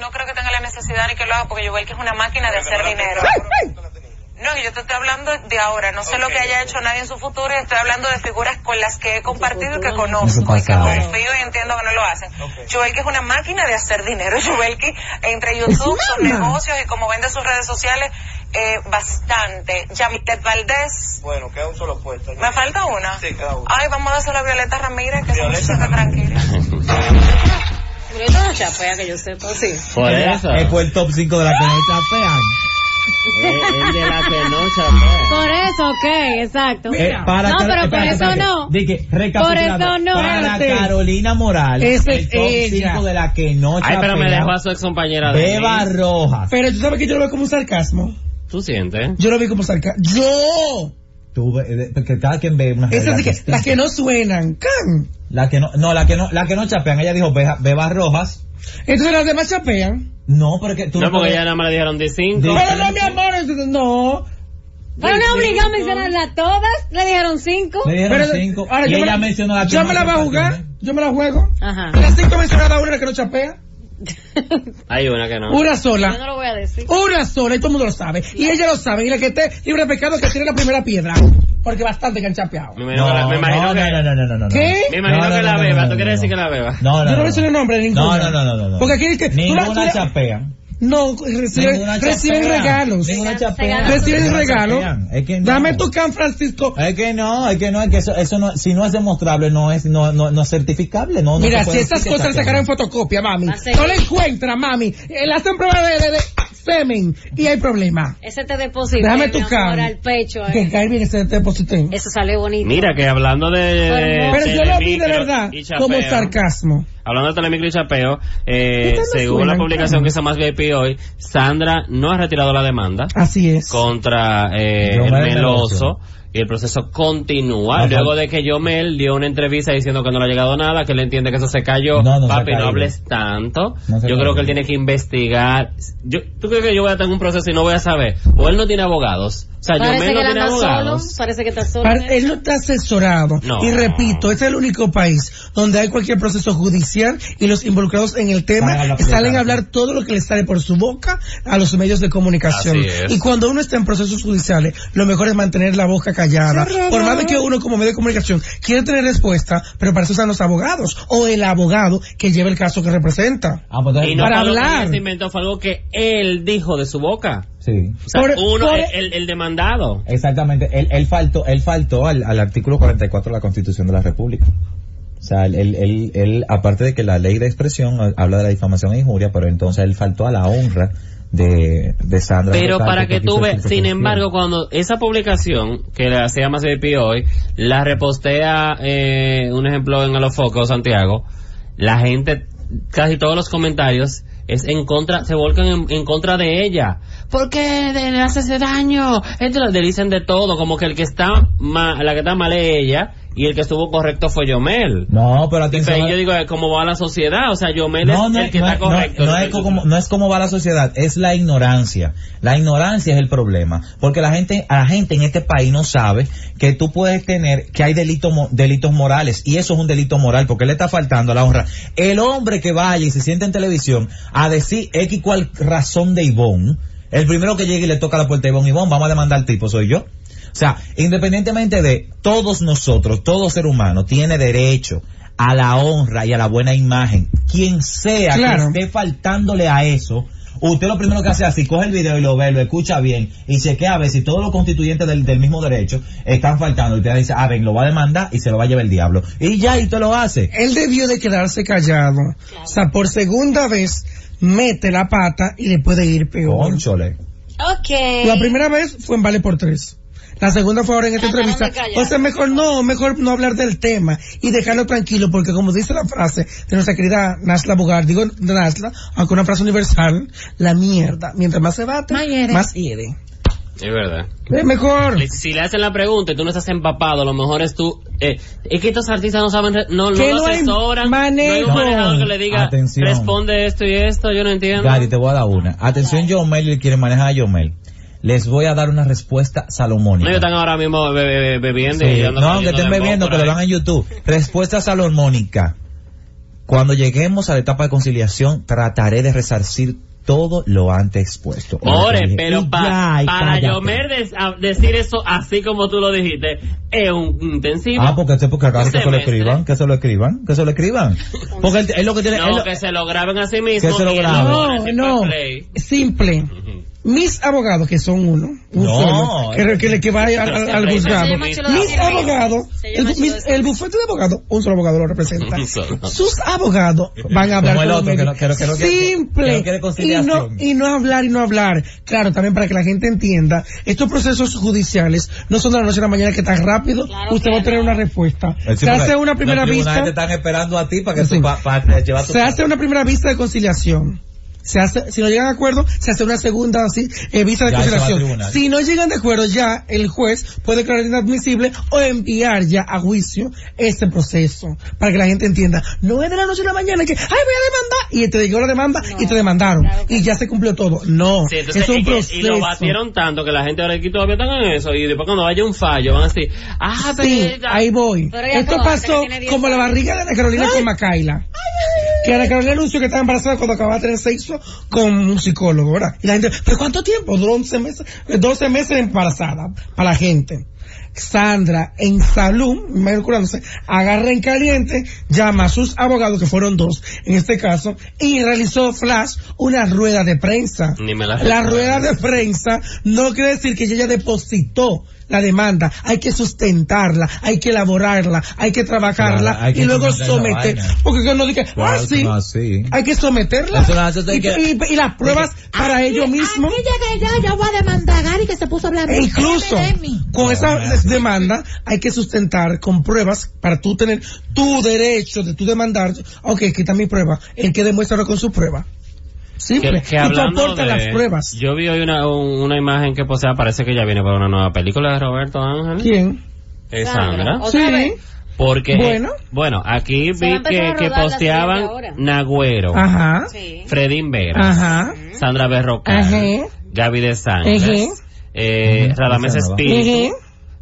G: no creo que tenga la necesidad ni que lo haga porque Jubel que es una máquina de hacer dinero. No, yo te estoy hablando de ahora. No sé lo que haya hecho nadie en su futuro y estoy hablando de figuras con las que he compartido y que conozco y que
C: pasado.
G: confío y entiendo que no lo hacen. Jubel que es una máquina de hacer dinero. Jubel que entre YouTube,
D: Es
G: sus
D: una.
G: negocios y como vende sus redes sociales, eh, bastante. Yamilet Valdés.
F: Bueno, queda un solo puesto.
G: ¿Me falta una?
F: Sí, queda una.
G: Ay, vamos a dárselo a Violeta Ramírez, que
F: Violeta
G: se sienta tranquila.
A: Pero esto no chapea, que yo sepa, sí.
B: Por eso.
C: Es por el top 5 de la que no chapean.
B: Es- es de la que no chapea.
A: Por eso, ok, exacto.
C: Eh, para
A: no,
C: Car-
A: pero por
C: espérate,
A: eso
C: espérate.
A: no.
C: Di que, recapitulando,
A: Por eso no.
C: Para
D: Espérate.
C: Carolina Morales,
D: Esa
C: el
D: es
C: top
D: ella.
C: 5 de la que no
B: Ay,
C: chapea.
B: pero me dejó a su ex compañera de.
C: Beba
B: mí.
C: Rojas.
D: Pero tú sabes que yo lo veo como un sarcasmo.
B: ¿Tú sientes?
D: Yo lo veo como sarcasmo. ¡Yo!
C: Tú ve- eh, porque cada quien ve una
D: Esas de que,
C: distinta.
D: las que no suenan, can.
C: La que no, no, la que no, la que no chapean. Ella dijo Beba, Beba Rojas.
D: Entonces las demás chapean.
C: No, porque tú
B: No, porque
C: puedes-
B: ya nada más le dijeron de 5.
C: Sí.
D: Pero no, mi amor, entonces no.
A: Pero no obligó a mencionarla todas, le dijeron cinco.
C: Le dieron
D: Pero-
C: cinco.
D: ahora
C: y
D: yo me
C: ella
D: la-
C: mencionó la que
D: yo
C: no
D: me la voy a
C: chapean.
D: jugar. Yo me la juego.
A: Ajá.
D: Las cinco mencionadas, una que no chapea.
B: Hay una
C: Ah.
B: que no.
D: Una
A: Yo no
D: sola.
A: lo voy a decir.
D: Una sola, y todo el mundo lo sabe. Y ella lo sabe. Y la que esté libre de pecado, que tiene la primera piedra. Porque bastante que han chapeado.
B: Me imagino que la- me imagino
C: no,
B: que-
C: no, no, no, no, no.
D: ¿Qué?
B: me imagino
C: No, no,
B: que
C: no,
B: la
C: no,
B: beba.
C: no,
B: ¿Tú
C: no,
B: quieres
C: no.
B: decir que la beba?
C: No, no,
D: Yo no
C: no.
D: mencioné nombre de
C: No,
D: ninguna.
C: no, no, no, no, no.
D: Porque aquí dice, tú la-
C: Ninguna
D: tú la-
C: chapea.
D: No, reciben,
C: Ninguna
D: reciben
C: chapea.
D: regalos.
A: Se
C: Ninguna chapea.
A: ganan.
D: Reciben
C: Ninguna
D: regalos.
C: chapean. Es que no. Eh,
D: Dame tu can, Francisco.
C: Es que no, es que no, es que eso, eso no, si no es demostrable, no es, no, no, no es certificable, no. no
D: Mira, si
C: se puede decir
D: esas
C: que
D: cosas le
C: chapean.
D: sacaran fotocopia, mami,
A: Así.
D: no la encuentra, mami, Eh, le hacen prueba de, de- de semen y hay problema.
A: Ese te deposito.
D: Déjame
A: mi
D: tu
A: amor,
D: can.
A: al pecho. eh. ahí.
D: Que cae bien ese depósito.
A: Eso sale bonito.
B: Mira, que hablando de. de-
D: Pero yo lo vi de
B: telemicro
D: verdad
B: y chapeo,
D: como sarcasmo.
B: Hablando de Telemicro y Chapeo, eh,
D: Estas no
B: según la
D: suenan,
B: publicación
D: claro.
B: que hizo Más VIP hoy, Sandra no ha retirado la demanda
D: Así es.
B: contra eh, el
C: Yomel
B: Meloso
C: Meloso.
B: y el proceso continúa.
C: Ajá.
B: Luego de que Yomel dio una entrevista diciendo que no le ha llegado nada, que él entiende que eso se cayó.
C: No, no se ha
B: Papi, no
C: caído.
B: hables tanto.
C: No se
B: yo
C: ha
B: creo
C: caído.
B: que él tiene que investigar. Yo, ¿Tú crees que yo voy a tener un proceso y no voy a saber? O él no tiene abogados. O sea,
A: Parece
B: Yomel
A: que
B: no
A: él
B: tiene
A: anda solo.
B: abogados.
A: Parece que está solo.
D: Par- Él no está asesorado.
B: No.
D: Y repito, es el único país donde hay cualquier proceso judicial y los involucrados en el tema
C: Van a
D: salen
C: hablar
D: a,
C: por la cara.
D: hablar todo lo que les sale por su boca a los medios de comunicación.
B: Así es.
D: Y cuando uno está en procesos judiciales, lo mejor es mantener la boca callada. Por más de que uno como medio de comunicación quiere tener respuesta, pero para eso están los abogados o el abogado que lleva el caso que representa.
C: Ah, pues entonces-
B: Y no
D: Para
B: fue algo que
D: hablar.
B: ella se inventó, fue algo que él dijo de su boca.
C: Sí.
B: O sea,
D: Por-
B: uno,
D: por-
B: el, el demandado.
C: Exactamente, él, él faltó, él faltó al, al artículo 44 de la Constitución de la República. O sea, él, él, él, él, aparte de que la ley de expresión eh, habla de la difamación e injuria, pero entonces él faltó a la honra de, de Sandra.
B: Pero
C: Rosario,
B: para que tú
C: quiso
B: veas,
C: hacer
B: sin
C: su
B: embargo, cuando esa publicación que la hacía más VIP hoy, la repostea, eh, un ejemplo en Alofoco, Santiago, la gente, casi todos los comentarios, es en contra, se volcan en, en contra de ella. ¿Por qué de- le hace ese daño? Entonces le dicen de todo, como que el que está mal, la que está mal es ella, y el que estuvo correcto fue Yomel.
C: No, pero
B: Y
C: atención.
B: pero yo digo, es como va la sociedad, o sea, Yomel
C: No,
B: es
C: no,
B: el que
C: no,
B: está
C: no,
B: correcto.
C: no
B: el
C: es
B: que-
C: como, no es como va la sociedad, es la ignorancia. La ignorancia es el problema. Porque la gente, a la gente en este país no sabe que tú puedes tener, que hay delito, mo- delitos morales. Y eso es un delito moral, porque le está faltando a la honra. El hombre que vaya y se siente en televisión a decir X cual razón de Ivón, el primero que llegue y le toca la puerta de Ivón, Ivón, vamos a demandar al tipo, soy yo. O sea, independientemente de todos nosotros, todo ser humano tiene derecho a la honra y a la buena imagen. Quien sea
D: Claro.
C: que esté faltándole a eso, usted lo primero que hace es así, coge el video y lo ve, lo escucha bien y chequea a ver si todos los constituyentes del, del mismo derecho están faltando. Y usted dice, a ver, lo va a demandar y se lo va a llevar el diablo. Y ya, y te lo hace.
D: Él debió de quedarse callado. O sea, por segunda vez mete la pata y le puede ir peor.
C: Cónchole.
A: Ok.
D: La primera vez fue en Vale por Tres. La segunda fue ahora en esta
A: Trataron
D: entrevista.
A: de callar.
D: O sea, mejor no, mejor no hablar del tema y dejarlo tranquilo, porque como dice la frase de nuestra querida Nasla Bugar, digo Nasla, aunque una frase universal, la mierda, mientras más se bate,
A: Más hiere.
D: más hiere.
B: Es verdad.
D: Es mejor.
B: Le- Pues, Si le hacen la pregunta y tú no estás empapado, lo mejor es tú. Eh, es que estos artistas no saben, re- no, no
D: Que
B: lo
D: no hay
B: asesoran. No hay
D: manejo.
B: un manejador que le diga,
C: Atención.
B: responde esto y esto, yo no entiendo.
C: Gary, te voy a dar una. Atención, Yomel, y quiere manejar a Yomel. Les voy a dar una respuesta salomónica.
B: No, ellos están ahora mismo be- be- be- bebiendo
C: Sí.
B: y
C: No, aunque estén bebiendo, que lo
B: van
C: vean en YouTube. Respuesta salomónica. Cuando lleguemos a la etapa de conciliación, trataré de resarcir todo lo antes expuesto. Oye,
B: More,
C: dije,
B: pero
C: y
B: pa-
C: ya, y
B: para
C: cállate.
B: Yomer des- a- decir eso así como tú lo dijiste, es un intensivo.
C: Ah, porque, porque acaso que se lo
B: Semestre.
C: escriban, que se lo escriban, que se lo escriban. Porque él, él lo que tiene... él
B: no,
C: lo-
B: que se lo graben a sí mismo.
C: que se lo
B: y
C: graben.
B: ahora
D: No,
B: sí
D: no.
B: pa' play.
D: Simple. Mis abogados, que son uno, un
C: No.
D: solo, que, que, que va al, al- al
A: Se
D: juzgado.
A: llama Chulo de
D: Mis
A: Servicio.
D: abogados,
A: Se
D: el,
A: llama Chulo
D: bu-
A: de
D: mis-
A: Servicio.
D: el bufete de abogados, un solo abogado lo representa.
B: Un solo.
D: Sus abogados van a hablar
C: Como
D: con
C: el
D: los
C: otro, que
D: medios.
C: no- que no- que no quiere- que
D: Simple.
C: no quiere
D: y,
C: conciliación.
D: no, y no hablar y no hablar. Claro, también para que la gente entienda, estos procesos judiciales no son de la noche a la mañana que tan rápido
A: Claro
D: usted
A: que
D: va a tener
A: no.
D: una respuesta.
C: el
D: Se hace
C: tribunal-
D: una primera
C: los tribunales
D: vista.
C: te están esperando a ti para que
D: Sí.
C: tú, pa- para llevar tu
D: Se hace una primera vista de conciliación. se hace, si no llegan a acuerdo, se hace una segunda así, eh, vista de
C: Ya, eso va a
D: consideración.
C: tribunal.
D: Si no llegan de acuerdo, ya el juez puede declarar inadmisible o enviar ya a juicio ese proceso para que la gente entienda. No es de la noche a la mañana que, ay, voy a demandar y te llegó la demanda y te demandaron
A: claro que
D: y ya se cumplió todo. No,
B: Sí, entonces,
D: es un
B: y,
D: proceso.
B: que- y lo batieron tanto que la gente ahora aquí todavía están en eso y después cuando haya un fallo van a decir, ah, pero...
D: Sí, ahí voy.
A: Pero ya
D: Esto
A: acabaste, que
D: pasó
A: tiene diez
D: como la
A: años.
D: barriga de Ana Carolina con Macaila. Que Ana Carolina anunció que estaba embarazada cuando acababa de tener sexo con un psicólogo, ¿verdad? Y la gente, ¿pero cuánto tiempo? Duró 11 meses, eh, 12 meses embarazada para la gente. Sandra, en salud, imagino curándose, agarra en caliente, llama a sus abogados, que fueron dos en este caso, y realizó Flash una rueda de prensa.
B: Ni me la
D: La rueda de prensa no quiere decir que ella ya depositó la demanda. Hay que sustentarla, hay que elaborarla, hay que trabajarla
C: Claro, hay que
D: y luego
C: someter la
D: someter.
C: vaina.
D: Porque que no diga, ah,
C: Claro,
D: sí,
C: no, sí.
D: hay que someterla.
C: Eso lo hace usted
D: y,
C: que-
D: y- y las pruebas
H: ah,
D: para ello mismo.
H: Aquella ah, que ya, ya voy a demandar a Gary que se puso a hablar.
D: E incluso
H: de mí.
D: con
B: Ah,
D: esa
C: Ahora sí.
D: demanda hay que sustentar con pruebas para tú tener tu derecho de tú demandar. Ok, aquí está mi prueba. El que demuéstralo con su prueba. Simple.
B: que, que
D: y tú
B: hablando
D: aportas
B: de-
D: las pruebas.
B: Yo vi hoy una, un- una imagen que posea, parece que ya viene para una nueva película de Roberto Ángel.
D: ¿Quién?
B: Es Sandra.
A: Sandra. ¿Otra
D: sí.
A: vez?
B: Porque,
D: Bueno.
B: bueno,
A: Se
B: aquí
A: va a
B: vi
A: empezar
B: que,
A: a
B: que
A: rodar la
B: posteaban
A: serie ahora.
B: Nagüero,
D: Ajá.
A: Sí.
B: Fredín Vera,
D: Ajá.
B: Sandra Berrocal,
D: Ah. Ajá.
B: Gaby de Sánchez, eh,
C: Ujú.
B: Radamés
C: Esa no va.
B: Espíritu,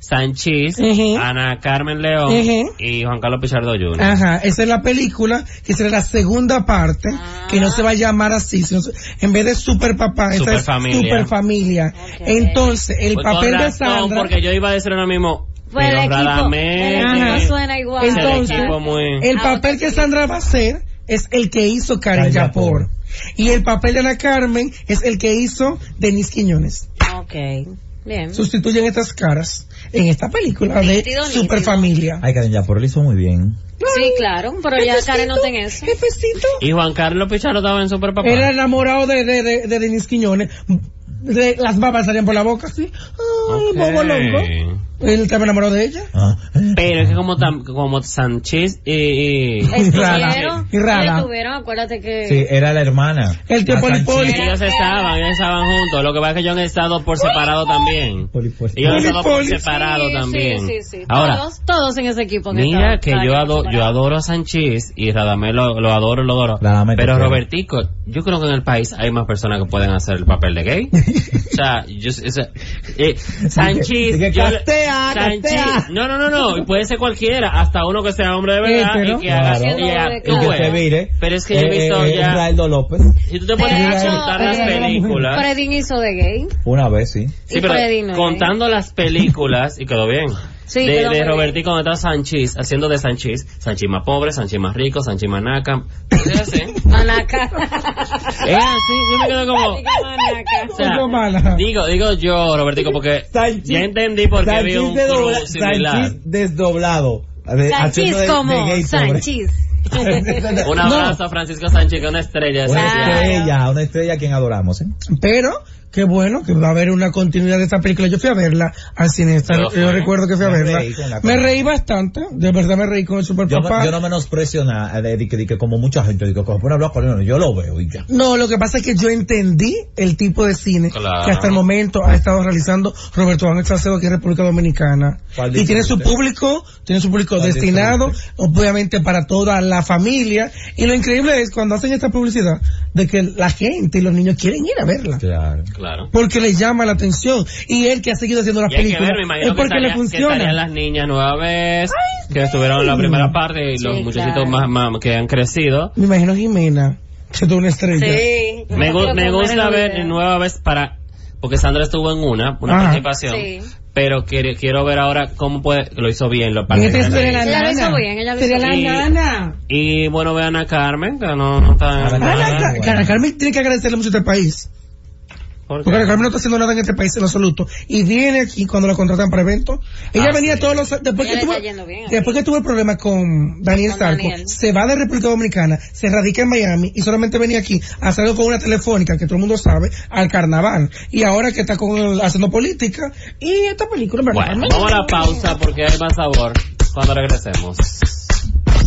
B: Sanchis,
D: Ujú.
B: Ana Carmen León
D: Ujú.
B: y Juan Carlos Pichardo Jr.
D: Ajá, esa es la película, que será la segunda parte, que no se va a llamar así, sino se- en vez de Super Papá, esa es
B: Superfamilia.
D: Super Familia.
A: Ok.
D: Entonces, el
B: Pues con
D: papel de
B: razón,
D: Sandra,
B: porque yo iba a decir ahora mismo,
A: Pues el
B: pero
A: equipo,
B: Radamés,
A: el equipo
D: Ajá.
A: suena igual.
B: ese
D: Entonces, eh,
B: equipo muy...
D: el
A: Ah,
D: papel que Sandra va a hacer es el que hizo Karen
C: Karen
D: Yapor.
C: Yapor.
D: Y el papel de Ana Carmen es el que hizo Denise Quiñones.
A: Ok, bien.
D: Sustituyen estas caras en esta película de
A: Nítido, nítido.
D: Super Familia.
C: Ay, Karen, ya por lo hizo muy bien.
A: Sí, claro, pero ya Karen no ten eso.
D: Jefecito.
B: Y Juan Carlos Pichardo estaba en Super Papá.
D: Era enamorado de, de, de, de Denise Quiñones. De- las babas salían por la boca, sí. Ay,
B: Ok.
D: bobo loco. Él estaba enamorado de ella.
C: Ah.
B: Pero es que como, tam- como Sánchez y... y-
D: Rara,
A: Estuvieron,
D: y rara.
A: estuvieron, acuérdate que...
C: Sí, era la hermana.
D: El tío
C: La
D: Poli Poli.
B: y ellos estaban, ellos estaban juntos. Lo que pasa es que ellos han estado por separado también.
C: Poli, poli.
B: Ellos han estado por
D: Poli, poli.
B: separado
A: Sí,
B: también.
A: Sí, sí, sí.
B: Ahora,
A: todos, todos en ese equipo.
B: mira que
A: estaban-
B: yo
A: estaban
B: adoro, yo
A: separados.
B: adoro a Sánchez y Radamés lo, lo adoro, lo adoro.
C: Radamés te
B: Pero
C: quiero.
B: Robertico, yo creo que en el país hay más personas que pueden hacer el papel de gay. o sea, yo, o sea, eh, Sánchez,
C: dije,
B: yo le-
C: castea,
B: Sánchez-
C: castea.
B: no, no, no, no, y puede ser cualquiera, hasta uno que sea hombre de verdad
D: Hétero.
B: y que haga,
C: Claro.
B: y haga-
A: Y que
C: Y
B: tú
C: que
B: ves.
C: se vire.
B: Pero es que yo
C: Eh,
B: he visto
C: eh,
B: ya,
C: Israel López.
B: si tú te pones
A: De
B: a
A: hecho,
B: contar las
A: eh,
B: películas,
A: Fredín hizo de gay.
C: Una vez, sí.
B: sí,
A: y
B: pero
A: Freddy no, ¿eh?
B: contando las películas, y quedó bien.
A: Sí,
B: de,
A: quedó muy
B: de
A: bien.
B: Robertico cuando está Sanchis, haciendo de Sanchis, Sanchis más pobre, Sanchis más rico, Sanchis más naca. Es así,
A: Manaca.
B: es así, yo me quedo como, o sea,
D: Poco mala.
B: digo, digo yo, Robertico, porque
C: Sanchis-
B: ya entendí por qué vi
C: Sanchis
B: un
C: desdobla-
B: crew similar.
C: Sanchis desdoblado. De-
A: Sanchis
C: haciendo de- de
A: como
C: gay sobre-
A: Sanchis.
B: Un abrazo a Francisco Sánchez, que es una estrella.
C: Una
B: ese día.
C: estrella, una estrella a quien adoramos, ¿eh?
D: Pero, qué bueno que va a haber una continuidad de esta película. Yo fui a verla al cine. esta-
B: Yo fui.
D: yo recuerdo que fui a
C: Me
D: verla.
C: reí con la
D: me
C: cara.
D: reí bastante. De verdad me reí con el super
C: Yo,
D: papá.
C: no- yo no menosprecio nada, eh, de, de que- de que como mucha gente, digo, como pone a hablar con él, no, yo lo veo y ya.
D: No, lo que pasa es que yo entendí el tipo de cine
B: Claro.
D: que hasta el momento ha estado realizando Roberto Ángel Salcedo aquí en República Dominicana.
C: ¿Cuál
D: Y tiene su
C: diferente?
D: público, tiene su público
C: ¿Cuál
D: destinado,
C: diferente?
D: obviamente para toda la familia. Y lo increíble es cuando hacen esta publicidad de que la gente y los niños quieren ir a verla.
C: Claro.
B: Claro.
D: Porque les llama la atención. Y él que ha seguido haciendo las
B: Y hay que
D: películas
B: ver, me imagino
D: es
B: que,
D: porque
B: salía-
D: le
B: que salían
D: funciona.
B: las niñas nueva vez, que estuvieron en la primera parte y los
A: Sí,
B: muchachitos
A: claro.
B: más, más que han crecido.
D: Me imagino Jimena, que es una estrella.
A: Sí.
B: Me, gu-
A: Pero
B: me
A: como era
B: gusta
A: la
B: ver
A: idea.
B: nueva vez para, porque Sandra estuvo en una, una
D: Ajá.
B: participación,
A: Sí.
B: pero quiero, quiero ver ahora cómo puede, lo hizo bien, lo
D: Ella te- sería
B: participantes.
D: la
A: Ella lo hizo
D: nana.
A: bien, ella lo
D: Sería
A: hizo
D: la
B: bien.
D: nana.
B: Y bueno, vean a Carmen, que no, no está en
D: Ah,
C: Ana
D: la-
C: Carmen.
D: Cara- Carmen tiene que agradecerle mucho a este país.
B: ¿Por qué?
D: Porque la Carmen no está haciendo nada en este país en absoluto. Y viene aquí cuando la contratan para eventos. Ella
B: Ah,
D: venía
B: sí.
D: todos los... Después
A: Ella
D: que,
A: le
D: tuvo,
A: está yendo bien aquí.
D: después que tuvo el problema con Daniel
A: Con
D: Sarco,
A: Daniel.
D: se va de República Dominicana, se radica en Miami y solamente venía aquí a hacerlo con una telefónica que todo el mundo sabe, al carnaval. Y ahora que está con el- haciendo política y esta película... en verdad,
B: Bueno,
D: Carmen.
B: vamos a la pausa porque hay más sabor cuando regresemos.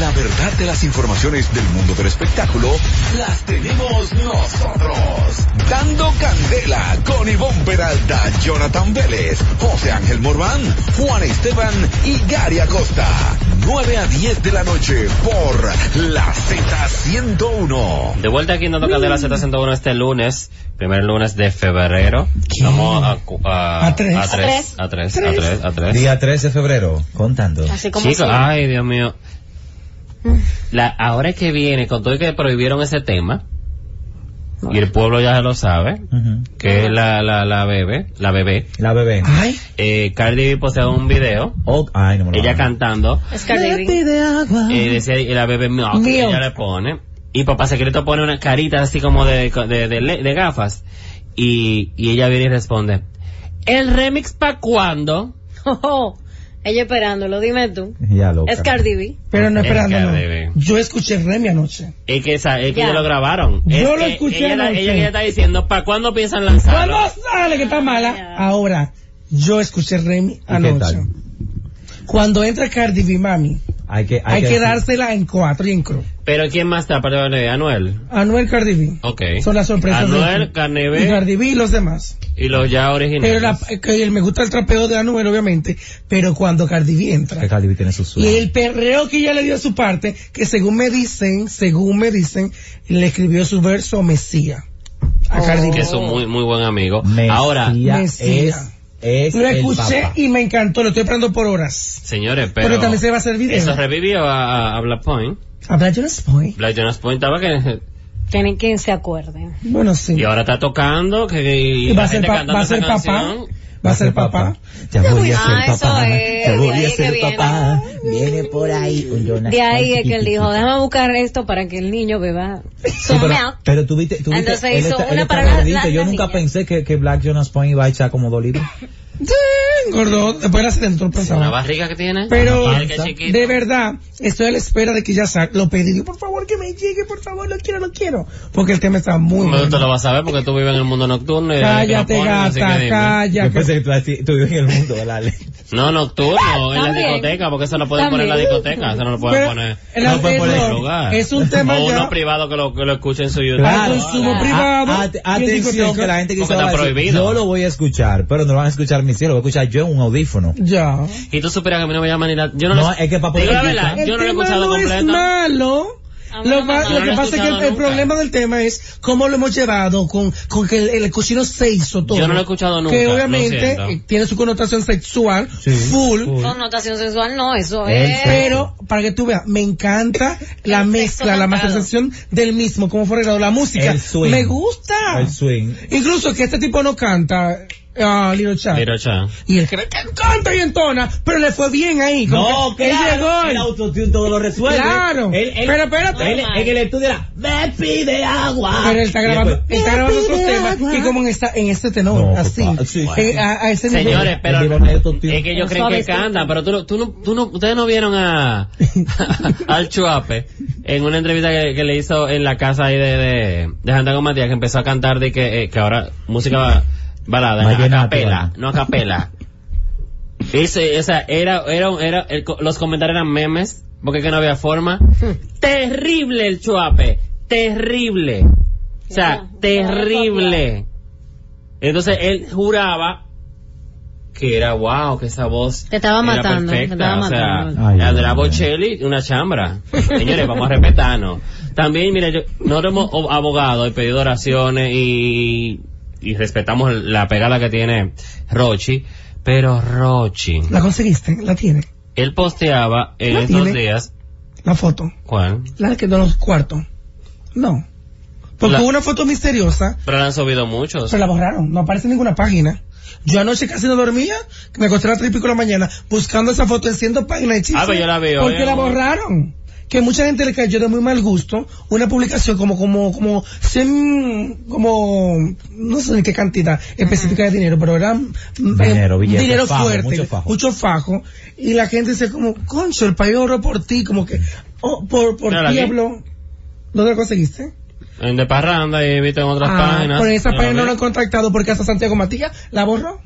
E: La verdad de las informaciones del mundo del espectáculo las tenemos nosotros. Dando candela con Ivonne Peralta, Jonathan Vélez, José Ángel Morván, Juan Esteban y Gary Acosta. 9 a 10 de la noche por la Z101.
B: De vuelta aquí en Dando Candela Z101 este lunes, primer lunes de febrero. Vamos a, cu- a,
D: A tres.
B: A tres. A tres. A tres. a tres.
C: Día 3 de febrero, contando.
A: Así como
B: Chicos,
A: así.
B: ay, Dios mío. La, ahora que viene, con todo y que prohibieron ese tema, y el pueblo ya lo sabe,
C: Ujú. Ah.
B: que es la, la, la bebé, la bebé,
C: La bebé.
D: Ay,
B: eh, Cardi B poseó un video,
C: Oh, ay, no me lo
B: ella
C: hagan.
B: cantando,
A: Es Cardi B.
D: de
C: Ah.
D: agua.
B: eh, decía, y la bebé milk,
D: Milk.
B: y ella le pone, y papá secreto pone una carita así como de, de, de le- de gafas, y, y ella viene y responde, ¿el remix pa' cuándo?
A: Ojo, Ella esperándolo, dime tú.
C: Ya loca.
A: Es Cardi B.
D: Pero no
B: Es
D: esperándolo.
B: Cardi B.
D: Yo escuché el Remy anoche.
B: Es que, esa, es que
A: Ya.
B: ya lo grabaron.
D: Yo
B: Es
D: lo
B: que
D: escuché
B: Ella, la-
D: anoche.
B: ella, ella está diciendo, ¿para cuándo piensan lanzarlo?
D: ¿Cuándo sale que está mala? Ahora, yo escuché el Remy
C: ¿Y qué
D: anoche.
C: tal?
D: Cuando entra Cardi B, mami,
C: Hay que,
D: hay, que,
C: decir-
D: dársela en cuatro y en cruz.
B: Pero ¿quién más está aparte de Anuel?
D: Anuel Cardi B.
B: Ok.
D: Son las sorpresas.
B: Anuel,
D: de
B: Cardi
D: y
B: B
D: Cardi B y los demás.
B: y los ya originales.
D: Pero la, que el- me gusta el trapeo de Anuel, obviamente. Pero cuando Cardi B entra.
C: Que Cardi B tiene su sueño.
D: Y el perreo que ella le dio a su parte, que según me dicen, según me dicen, le escribió su verso Mesía. A Cardi
B: Que
D: B.
B: es un muy, muy buen amigo.
C: Mesía
B: Ahora,
C: es,
D: Mesía.
C: es
D: Lo
C: el
D: escuché
C: papá.
D: y me encantó, lo estoy esperando por horas.
B: señores,
D: Pero,
B: pero...
D: también se va a hacer video.
B: Eso revivió a, a, a Black Point.
D: Habla Jonas Boy.
B: Black Jonas Point estaba que...
A: Tienen quien se acuerde.
D: Bueno, sí.
B: Y ahora está tocando, que... Y,
D: Y va
B: la
D: a ser,
B: gente
D: pa-
B: cantando
D: va a
B: esa
D: ser papá.
B: canción.
D: Va a ser papá.
C: Ya voy a ser
A: Ah, eso
C: papá.
A: es,
C: Ya voy
A: de ahí
C: a
A: es
C: ser
A: que
C: papá. Viene por ahí un Jonas.
A: De ahí es que él dijo, déjame buscar esto para que el niño beba
C: Sí,
A: su
C: pero,
A: milk.
C: pero tú viste, tú viste,
A: Entonces
C: él
A: hizo
C: está- él
A: una
C: está
A: para la-
C: gordito.
A: la-
C: Yo
A: la
C: nunca
A: niña.
C: pensé que, que Black Jonas Point iba a echar como dos litros.
D: Sí, Gordo, después la dentro
B: Una
D: pensaba.
B: barriga que tiene.
D: Pero,
B: Una barriga chiquita.
D: de verdad, estoy a la espera de que ya salga. Lo pedí, digo, por favor, que me llegue, por favor, lo quiero, lo quiero. Porque el tema está muy
B: Me
D: bueno.
B: gusta lo vas a ver porque tú vives en el mundo nocturno. Y
D: Cállate, gata,
C: Yo
D: cállate.
C: pensé que tú, así- tú vives en el mundo, ¿verdad? Ale?
B: No, nocturno, en la
A: También.
B: discoteca, porque eso no pueden poner en la
A: También.
B: discoteca, eso no lo pueden
D: Pero
B: poner.
D: el
B: no lo pueden poner en
D: anterior
B: lugar.
D: es un tema
B: o
D: ya-
B: uno privado que lo, que lo escuche en su YouTube.
D: Claro. consumo
C: Ah,
D: privado
C: ah,
D: y en
C: atención,
D: discoteca.
C: que la gente que
B: Porque
C: va a
B: está
C: decir,
B: prohibido.
C: yo lo voy a escuchar, pero no lo van a escuchar mis hijos, lo voy a escuchar yo en un audífono.
D: Ya.
B: Y tú supieras que a mí no me llaman ni la... Yo no,
C: No,
B: lo...
C: es que para
B: Digo
C: poder
B: la verdad,
C: escuchar-
B: Ah, yo no lo he
D: tema
B: escuchado
D: no es
B: completo.
D: malo.
A: A mí
D: Lo,
A: no me
D: pa-
A: gusta.
D: lo
B: Ah, No
D: que
B: lo he
D: pasa es que el,
B: escuchado
D: el
B: nunca.
D: problema del tema es cómo lo hemos llevado, con, con que el, el cochino se hizo todo.
B: Yo no lo he escuchado nunca,
D: Que
B: lo
D: obviamente
B: siento.
D: eh, tiene su connotación sexual,
C: Sí,
D: full,
C: full.
A: Connotación sexual no, eso
C: Él
A: es.
D: Pero, para que tú veas, me encanta la
A: El
D: mezcla,
A: sexo
D: la
A: cantado.
D: masterización del mismo, cómo fue arreglado la música.
C: El swing.
D: Me gusta.
C: El swing.
D: Incluso que este tipo no canta, ah, Lil Chat.
B: Mira, cha.
D: Y él cree que canta y entona, pero le fue bien ahí. como
C: No,
D: que él
C: claro,
D: llegó.
C: el autotune todo lo resuelve.
D: Claro.
C: Él- él-
D: Pero espérate.
C: él en el estudio era, me pide
B: Ah,
C: agua.
D: Pero él está
C: Y
D: grabando,
C: después,
B: pues.
D: él está grabando otros
H: pide
D: temas
H: agua.
D: y como en esta, en este tenor,
C: No,
D: así,
C: papá, sí,
D: Eh,
C: sí.
D: a, a ese nivel.
B: Señores, pero eh,
C: Él lleva un autotune.
B: es que yo
A: Un
B: creo que
A: suavecito.
B: cantan, pero tú, no- tú, no, tú no, ustedes no vieron a al Chuape en una entrevista que, que le hizo en la casa ahí de de, de Santiago Matías que empezó a cantar de que eh, que ahora música ba- balada no, a
C: Vallenato,
B: capela,
C: vale.
B: no a capela. Ese, o sea, era, era, era, el co- los comentarios eran memes, porque que no había forma. Terrible el Chuape, terrible. O sea,
A: Ya,
B: terrible. Entonces él juraba que era wow, que esa voz
A: Te estaba
B: era
A: matando,
B: perfecta,
A: te estaba
B: o sea,
A: matando.
C: Ay,
B: la de la
C: Dios mío.
B: Bocelli, una chambra. Señores, vamos a respetarnos. También, mira, yo, nosotros hemos ob- abogado y pedido oraciones y, y respetamos la pegada que tiene Rochi, pero Rochi,
D: La conseguiste, la tiene,
B: él posteaba en
D: ¿La
B: estos
D: tiene?
B: días,
D: la foto,
B: ¿cuál?
D: la que de los cuartos. No. Porque
B: La-
D: hubo una foto misteriosa,
B: Pero la han subido muchos.
D: pero la borraron, no aparece en ninguna página. Yo anoche casi no dormía, me acosté a las tres y pico de la mañana buscando esa foto en 100 páginas de chisme,
B: Ah, pero yo la vi hoy,
D: Porque la
B: amor.
D: borraron. que mucha gente le cayó de muy mal gusto una publicación como, como, como, cien- como, no sé ni qué cantidad específica de dinero, pero era mm,
C: Dinero,
D: eh,
C: billete,
D: dinero
C: fajo,
D: fuerte,
C: mucho fajo.
D: fajo, y la gente dice como, concho, el país oró por ti, como que, oh, por, por
B: Mírala aquí.
D: diablo, ¿dónde lo conseguiste?
B: En de parranda y he visto en otras
D: Ah,
B: páginas.
D: Por esa
B: Yo no
D: página no
B: vi.
D: lo han contactado porque hasta Santiago Matías la borró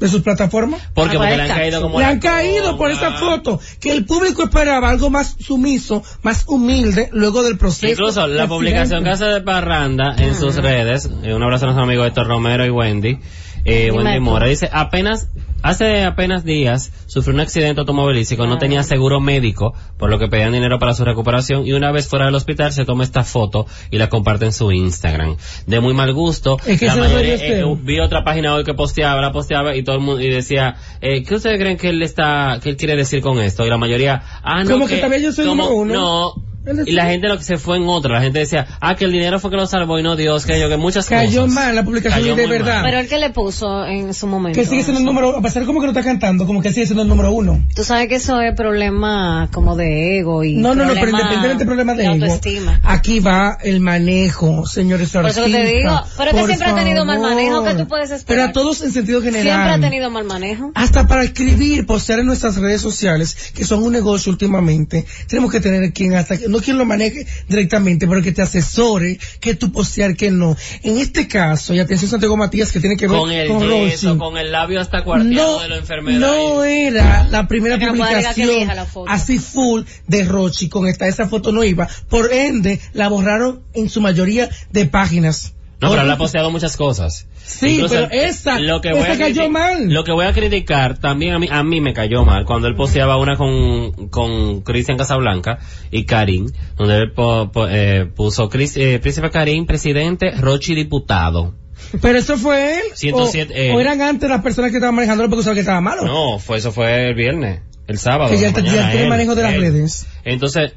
D: de sus plataformas.
B: ¿Por qué?
A: Ah,
B: Porque
A: para
B: le han
A: esta.
B: caído como
D: Le
B: la
D: han caído por esa
B: cola.
D: foto que el público esperaba algo más sumiso, más humilde luego del proceso.
B: Incluso
D: de
B: la
D: accidente.
B: publicación que hace de Parranda en sus redes, eh, un abrazo a nuestros amigos Héctor Romero y Wendy, eh,
A: Y
B: Wendy
A: Marco.
B: Mora, dice, apenas, hace apenas días sufrió un accidente automovilístico, no tenía seguro médico, por lo que pedían dinero para su recuperación y una vez fuera del hospital se toma esta foto y la comparte en su Instagram. De muy mal gusto,
D: Es que
B: la
D: ese no
B: mayoría-
D: soy yo,
B: eh,
D: Esteban.
B: vi otra página hoy que posteaba, la posteaba y todo el mundo, y decía, eh, ¿qué ustedes creen que él está, que él quiere decir con esto? Y la mayoría, ah, no,
D: Como que también yo soy
B: como-
D: número uno.
B: No,
D: Él
B: y la
D: decía-
B: gente lo que se fue en otra, la gente decía, ah, que el dinero fue que lo salvó y no Dios, que yo, que muchas
D: Cayó
B: cosas.
D: mal la publicación
B: Cayó
D: y de
B: muy
D: verdad.
B: mal.
A: Pero el que le puso en su momento.
D: Que sigue siendo el número, a pesar como que no está cantando, como que sigue siendo el número uno.
A: Tú sabes que eso es problema como de ego y
D: No, no, no, pero
A: problema
D: independientemente del problema de
A: de
D: ego,
A: autoestima.
D: Aquí va el manejo, señores
A: Por eso que te
D: artistas,
A: digo, pero es que
D: por
A: siempre ha tenido mal
D: favor.
A: manejo, ¿qué tú puedes esperar?
D: Pero a todos en sentido general.
A: Siempre ha tenido mal manejo.
D: Hasta para escribir, postear en nuestras redes sociales, que son un negocio últimamente, tenemos que tener quien hasta, no quien lo maneje directamente, pero que te asesore, que tú postear, que no. En este caso, y atención Santiago Matías, que tiene que ver
B: Con
D: con,
B: el yeso,
D: Rochi.
B: con el labio hasta cuarteado de la enfermedad.
D: no eh.
B: y-
D: era la primera
A: Pero no puede diga que
D: publicación
A: elija la foto.
D: así full de Rochi, con esta, esa foto no iba. Por ende, la borraron en su mayoría de páginas.
B: No, pero él ha
D: Horrible.
B: posteado muchas cosas.
D: Sí, pero esa-
B: voy
D: esa
B: a
D: cayó
B: criti-
D: mal.
B: Lo que voy a criticar también a mí, a mí me cayó mal cuando él posteaba una con, con Cristian Casablanca y Karim, donde él po- po- eh, puso Cris- eh, Príncipe Karim, presidente, Rochi diputado.
D: Pero eso fue él.
B: 107,
D: o,
B: eh.
D: o eran antes las personas que estaban manejándolo porque sabían que estaba malo.
B: No, fue, eso fue el viernes, el sábado.
D: que ya,
B: en la
D: te- ya
B: mañana,
D: tiene
B: él,
D: manejo de las
B: él.
D: redes.
B: Entonces,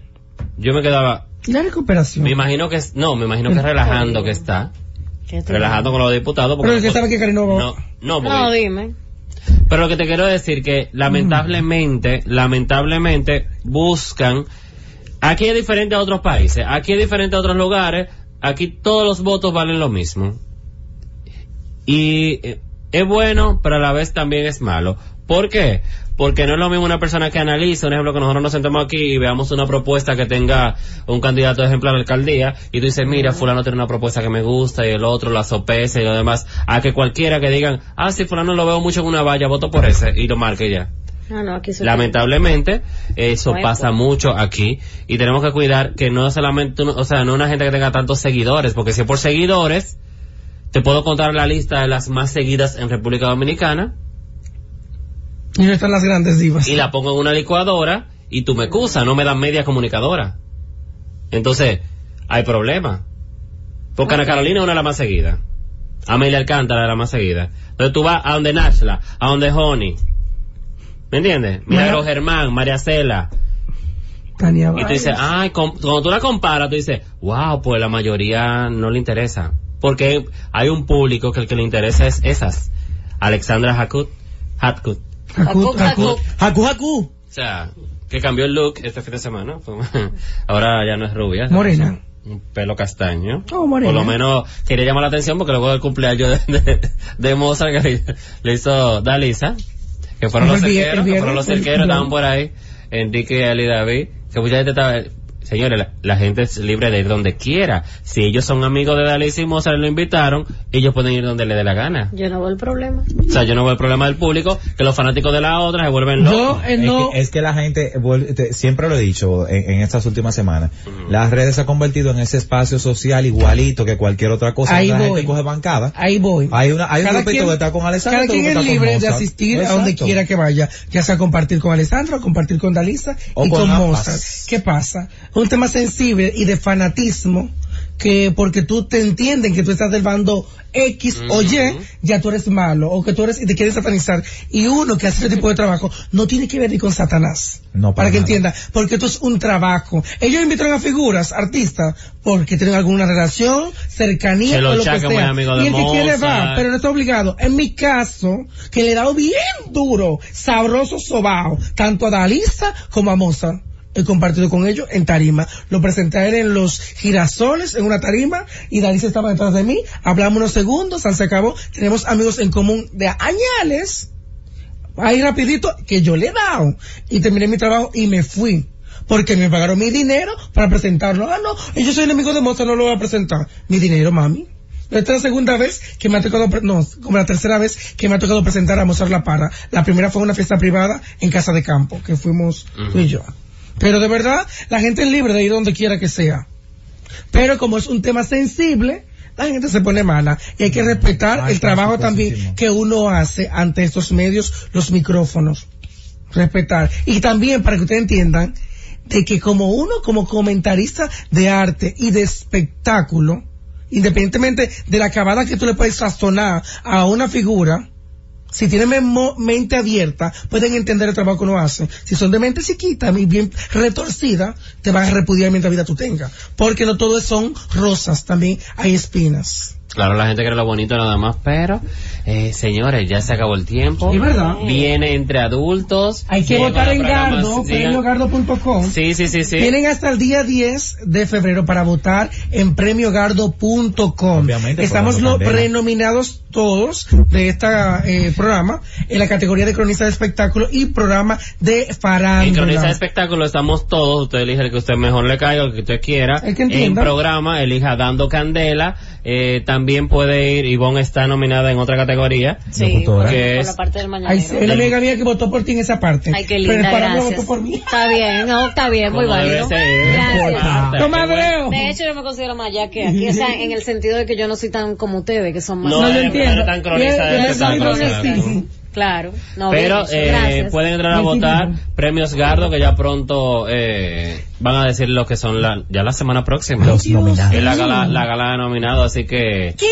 B: yo me quedaba,
D: La recuperación.
B: me imagino que, es- no, me imagino que relajando que está,
A: ¿Qué tú-
B: relajando con los diputados. porque
D: pero el que
B: nosotros-
D: sabe que Karim no va-
B: No, no, porque-
A: No, dime.
B: pero lo que te quiero decir que lamentablemente, lamentablemente buscan, aquí es diferente a otros países, aquí es diferente a otros lugares, aquí todos los votos valen lo mismo. Y eh, es bueno, pero a la vez también es malo. ¿Por qué? Porque no es lo mismo una persona que analiza, un ejemplo que nosotros nos sentamos aquí y veamos una propuesta que tenga un candidato, por ejemplo, a la alcaldía, y tú dices, mira, fulano tiene una propuesta que me gusta, y el otro la sopesa y lo demás, a que cualquiera que digan, ah, sí, fulano lo veo mucho en una valla, voto por ese, y lo marque ya.
A: Ah, No, no, aquí se-
B: Lamentablemente, eso
A: No hay
B: pasa mucho aquí y tenemos que cuidar que no solamente, uno- o sea, no una gente que tenga tantos seguidores, porque si es por seguidores, te puedo contar la lista de las más seguidas en República Dominicana
D: Y no están las grandes divas.
B: y la pongo en una licuadora y tú me excusas, no me dan media comunicadora. Entonces, hay problema. Porque Ana Carolina es una de las más seguidas. Amelia Alcántara es la más seguida. Entonces tú vas a donde Nachla, a donde Honey. ¿Me entiendes? Milagro Germán, María Cela.
D: Tania
B: Y tú
D: Vargas.
B: dices, ay, com- cuando tú la comparas, tú dices, wow, pues la mayoría no le interesa. Porque hay un público que el que le interesa es esas. Alexandra Hakut, Hatkut.
D: Haku, Haku,
A: Haku.
D: Haku, Haku.
B: O sea, que cambió el look este fin de semana. Ahora ya no es rubia.
D: Morena.
B: Un pelo castaño.
D: Oh, morena.
B: Por lo menos quería llamar la atención porque luego del cumpleaños de, de- de Mozart que le, le hizo Dalisa, que fueron
D: El
B: los
D: vie- el
B: cerqueros, que
D: viernes,
B: fueron los
D: el-
B: cerqueros,
D: el-
B: estaban por ahí, Enrique, Ali, David, que mucha gente estaba... Señores, la, la gente es libre de ir donde quiera. Si ellos son amigos de Dalisa y Mozart y lo invitaron, ellos pueden ir donde le dé la gana.
A: Yo no veo el problema.
B: O sea, yo no veo el problema del público, que los fanáticos de la otra se vuelven locos.
D: Yo eh, no.
C: Es, que, es que la gente, vuelve- te- siempre lo he dicho en, en estas últimas semanas, las redes se han convertido en ese espacio social igualito que cualquier otra cosa.
D: Ahí
C: la
D: voy.
C: gente coge bancada.
D: Ahí voy.
C: Hay, una, hay un
D: Cada
C: grupito
D: quien-
C: que está con Alessandro.
D: Cada
C: otro
D: quien
C: grupo
D: es
C: está con
D: libre de
C: Mozart.
D: asistir a
C: Exacto.
D: donde quiera que vaya, ya sea compartir con Alessandro, compartir con Dalisa
C: O
D: y
C: con
D: con,
C: ambas.
D: Mozart. ¿Qué pasa? Un tema sensible y de fanatismo que porque tú te entienden que tú estás del bando X o Y,
B: Ujú.
D: ya tú eres malo, o que tú eres y te quieres satanizar. Y uno que hace ese tipo de trabajo no tiene que ver ni con Satanás.
C: No, para
D: para que
C: nada.
D: entienda, porque esto es un trabajo. Ellos invitan a figuras, artistas, porque tienen alguna relación, cercanía,
B: Se lo
D: o lo que
B: chaca, muy
D: sea.
B: amigo de
D: y el que quiere va,
B: Mozart.
D: pero no está obligado. En mi caso, que le he dado bien duro, sabroso sobajo, tanto a Dalisa como a Mozart. he compartido con ellos en tarima. Lo presenté a él en los girasoles, en una tarima, y Dalí se estaba detrás de mí. Hablamos unos segundos, se acabó. Tenemos amigos en común de añales. Ahí rapidito, que yo le he dado. Y terminé mi trabajo y me fui. Porque me pagaron mi dinero para presentarlo. Ah, no, yo soy enemigo de Mozart, no lo voy a presentar. Mi dinero, mami. Esta es la segunda vez que me ha tocado, pre- no, como la tercera vez que me ha tocado presentar a Mozart La Para. La primera fue en una fiesta privada en Casa de Campo, que fuimos tú y yo. Pero de verdad, la gente es libre de ir donde quiera que sea. Pero como es un tema sensible, la gente se pone mala. Y hay que respetar
C: Ay,
D: el trabajo
C: casi
D: también
C: positivo.
D: que uno hace ante estos medios, los micrófonos. Respetar. Y también, para que ustedes entiendan, de que como uno, como comentarista de arte y de espectáculo, independientemente de la acabada que tú le puedes sazonar a una figura, si tienen memo- mente abierta, pueden entender el trabajo que uno hace. Si son de mente chiquita y bien retorcida, te van a repudiar mientras vida tú tengas. Porque no todo son rosas, también hay espinas.
B: Claro, la gente cree lo bonito nada más, pero, eh, señores, ya se acabó el tiempo.
D: Es verdad.
B: Viene entre adultos.
D: Hay que
B: Llega
D: votar en
B: programas,
D: Gardo,
B: digan-
D: premiogardo.com.
B: Sí, sí, sí, sí.
D: Tienen hasta el día 10 de febrero para votar en premiogardo.com.
C: Obviamente,
D: Estamos
C: Fernando
D: los
C: Candela.
D: renominados todos de este programa en la categoría de cronista de espectáculo y programa de
B: En Cronista de
D: farándula.
B: Espectáculo estamos todos, usted elige el que usted mejor le caiga, el que usted quiera.
D: El que
B: en
D: entienda.
B: programa, elija Dando Candela. Eh, también puede ir, Ivonne está nominada en otra categoría.
A: Sí, por,
C: Locutora.
B: Que
A: por
B: es-
A: la parte del
D: Ay,
A: mañanero.
D: sí, una amiga mía que votó por ti en esa parte.
A: Ay, qué linda,
D: Pero para mí
A: gracias.
D: votó por mí.
A: Está bien, no, está bien, muy
B: como debe
A: válido.
B: ser.
A: Gracias.
B: Marta, Ah,
D: No
B: qué bueno.
D: madreo.
A: De hecho, yo me considero más allá que aquí, o sea, en el sentido de que yo no soy tan como ustedes, que son más...
B: No,
D: No,
B: eh,
D: yo
B: no
D: entiendo.
B: tan cronista
D: Yo-
B: de
D: yo soy
B: espectáculo,
D: cronista.
B: claro.
A: Claro, no,
B: Pero
A: bien,
B: eh,
A: gracias.
B: pueden entrar a votar premios Gardo que ya pronto eh, van a decir lo que son la, ya la semana próxima.
C: Los nominados.
B: es la gala, la gala de nominados, así que
A: ¿Qué?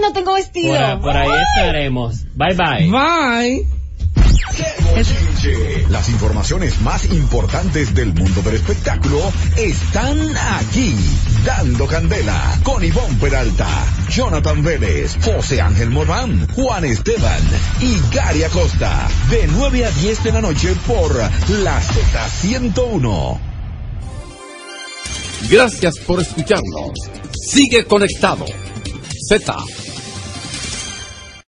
A: No tengo vestido.
B: por, a- por ahí estaremos. Bye bye.
D: Bye.
E: Las informaciones más importantes del mundo del espectáculo están aquí. Dando Candela con Ivonne Peralta, Jonathan Vélez, José Ángel Morán, Juan Esteban y Gary Acosta. De 9 a 10 de la noche por la Z101.
I: Gracias por escucharnos. Sigue conectado. Z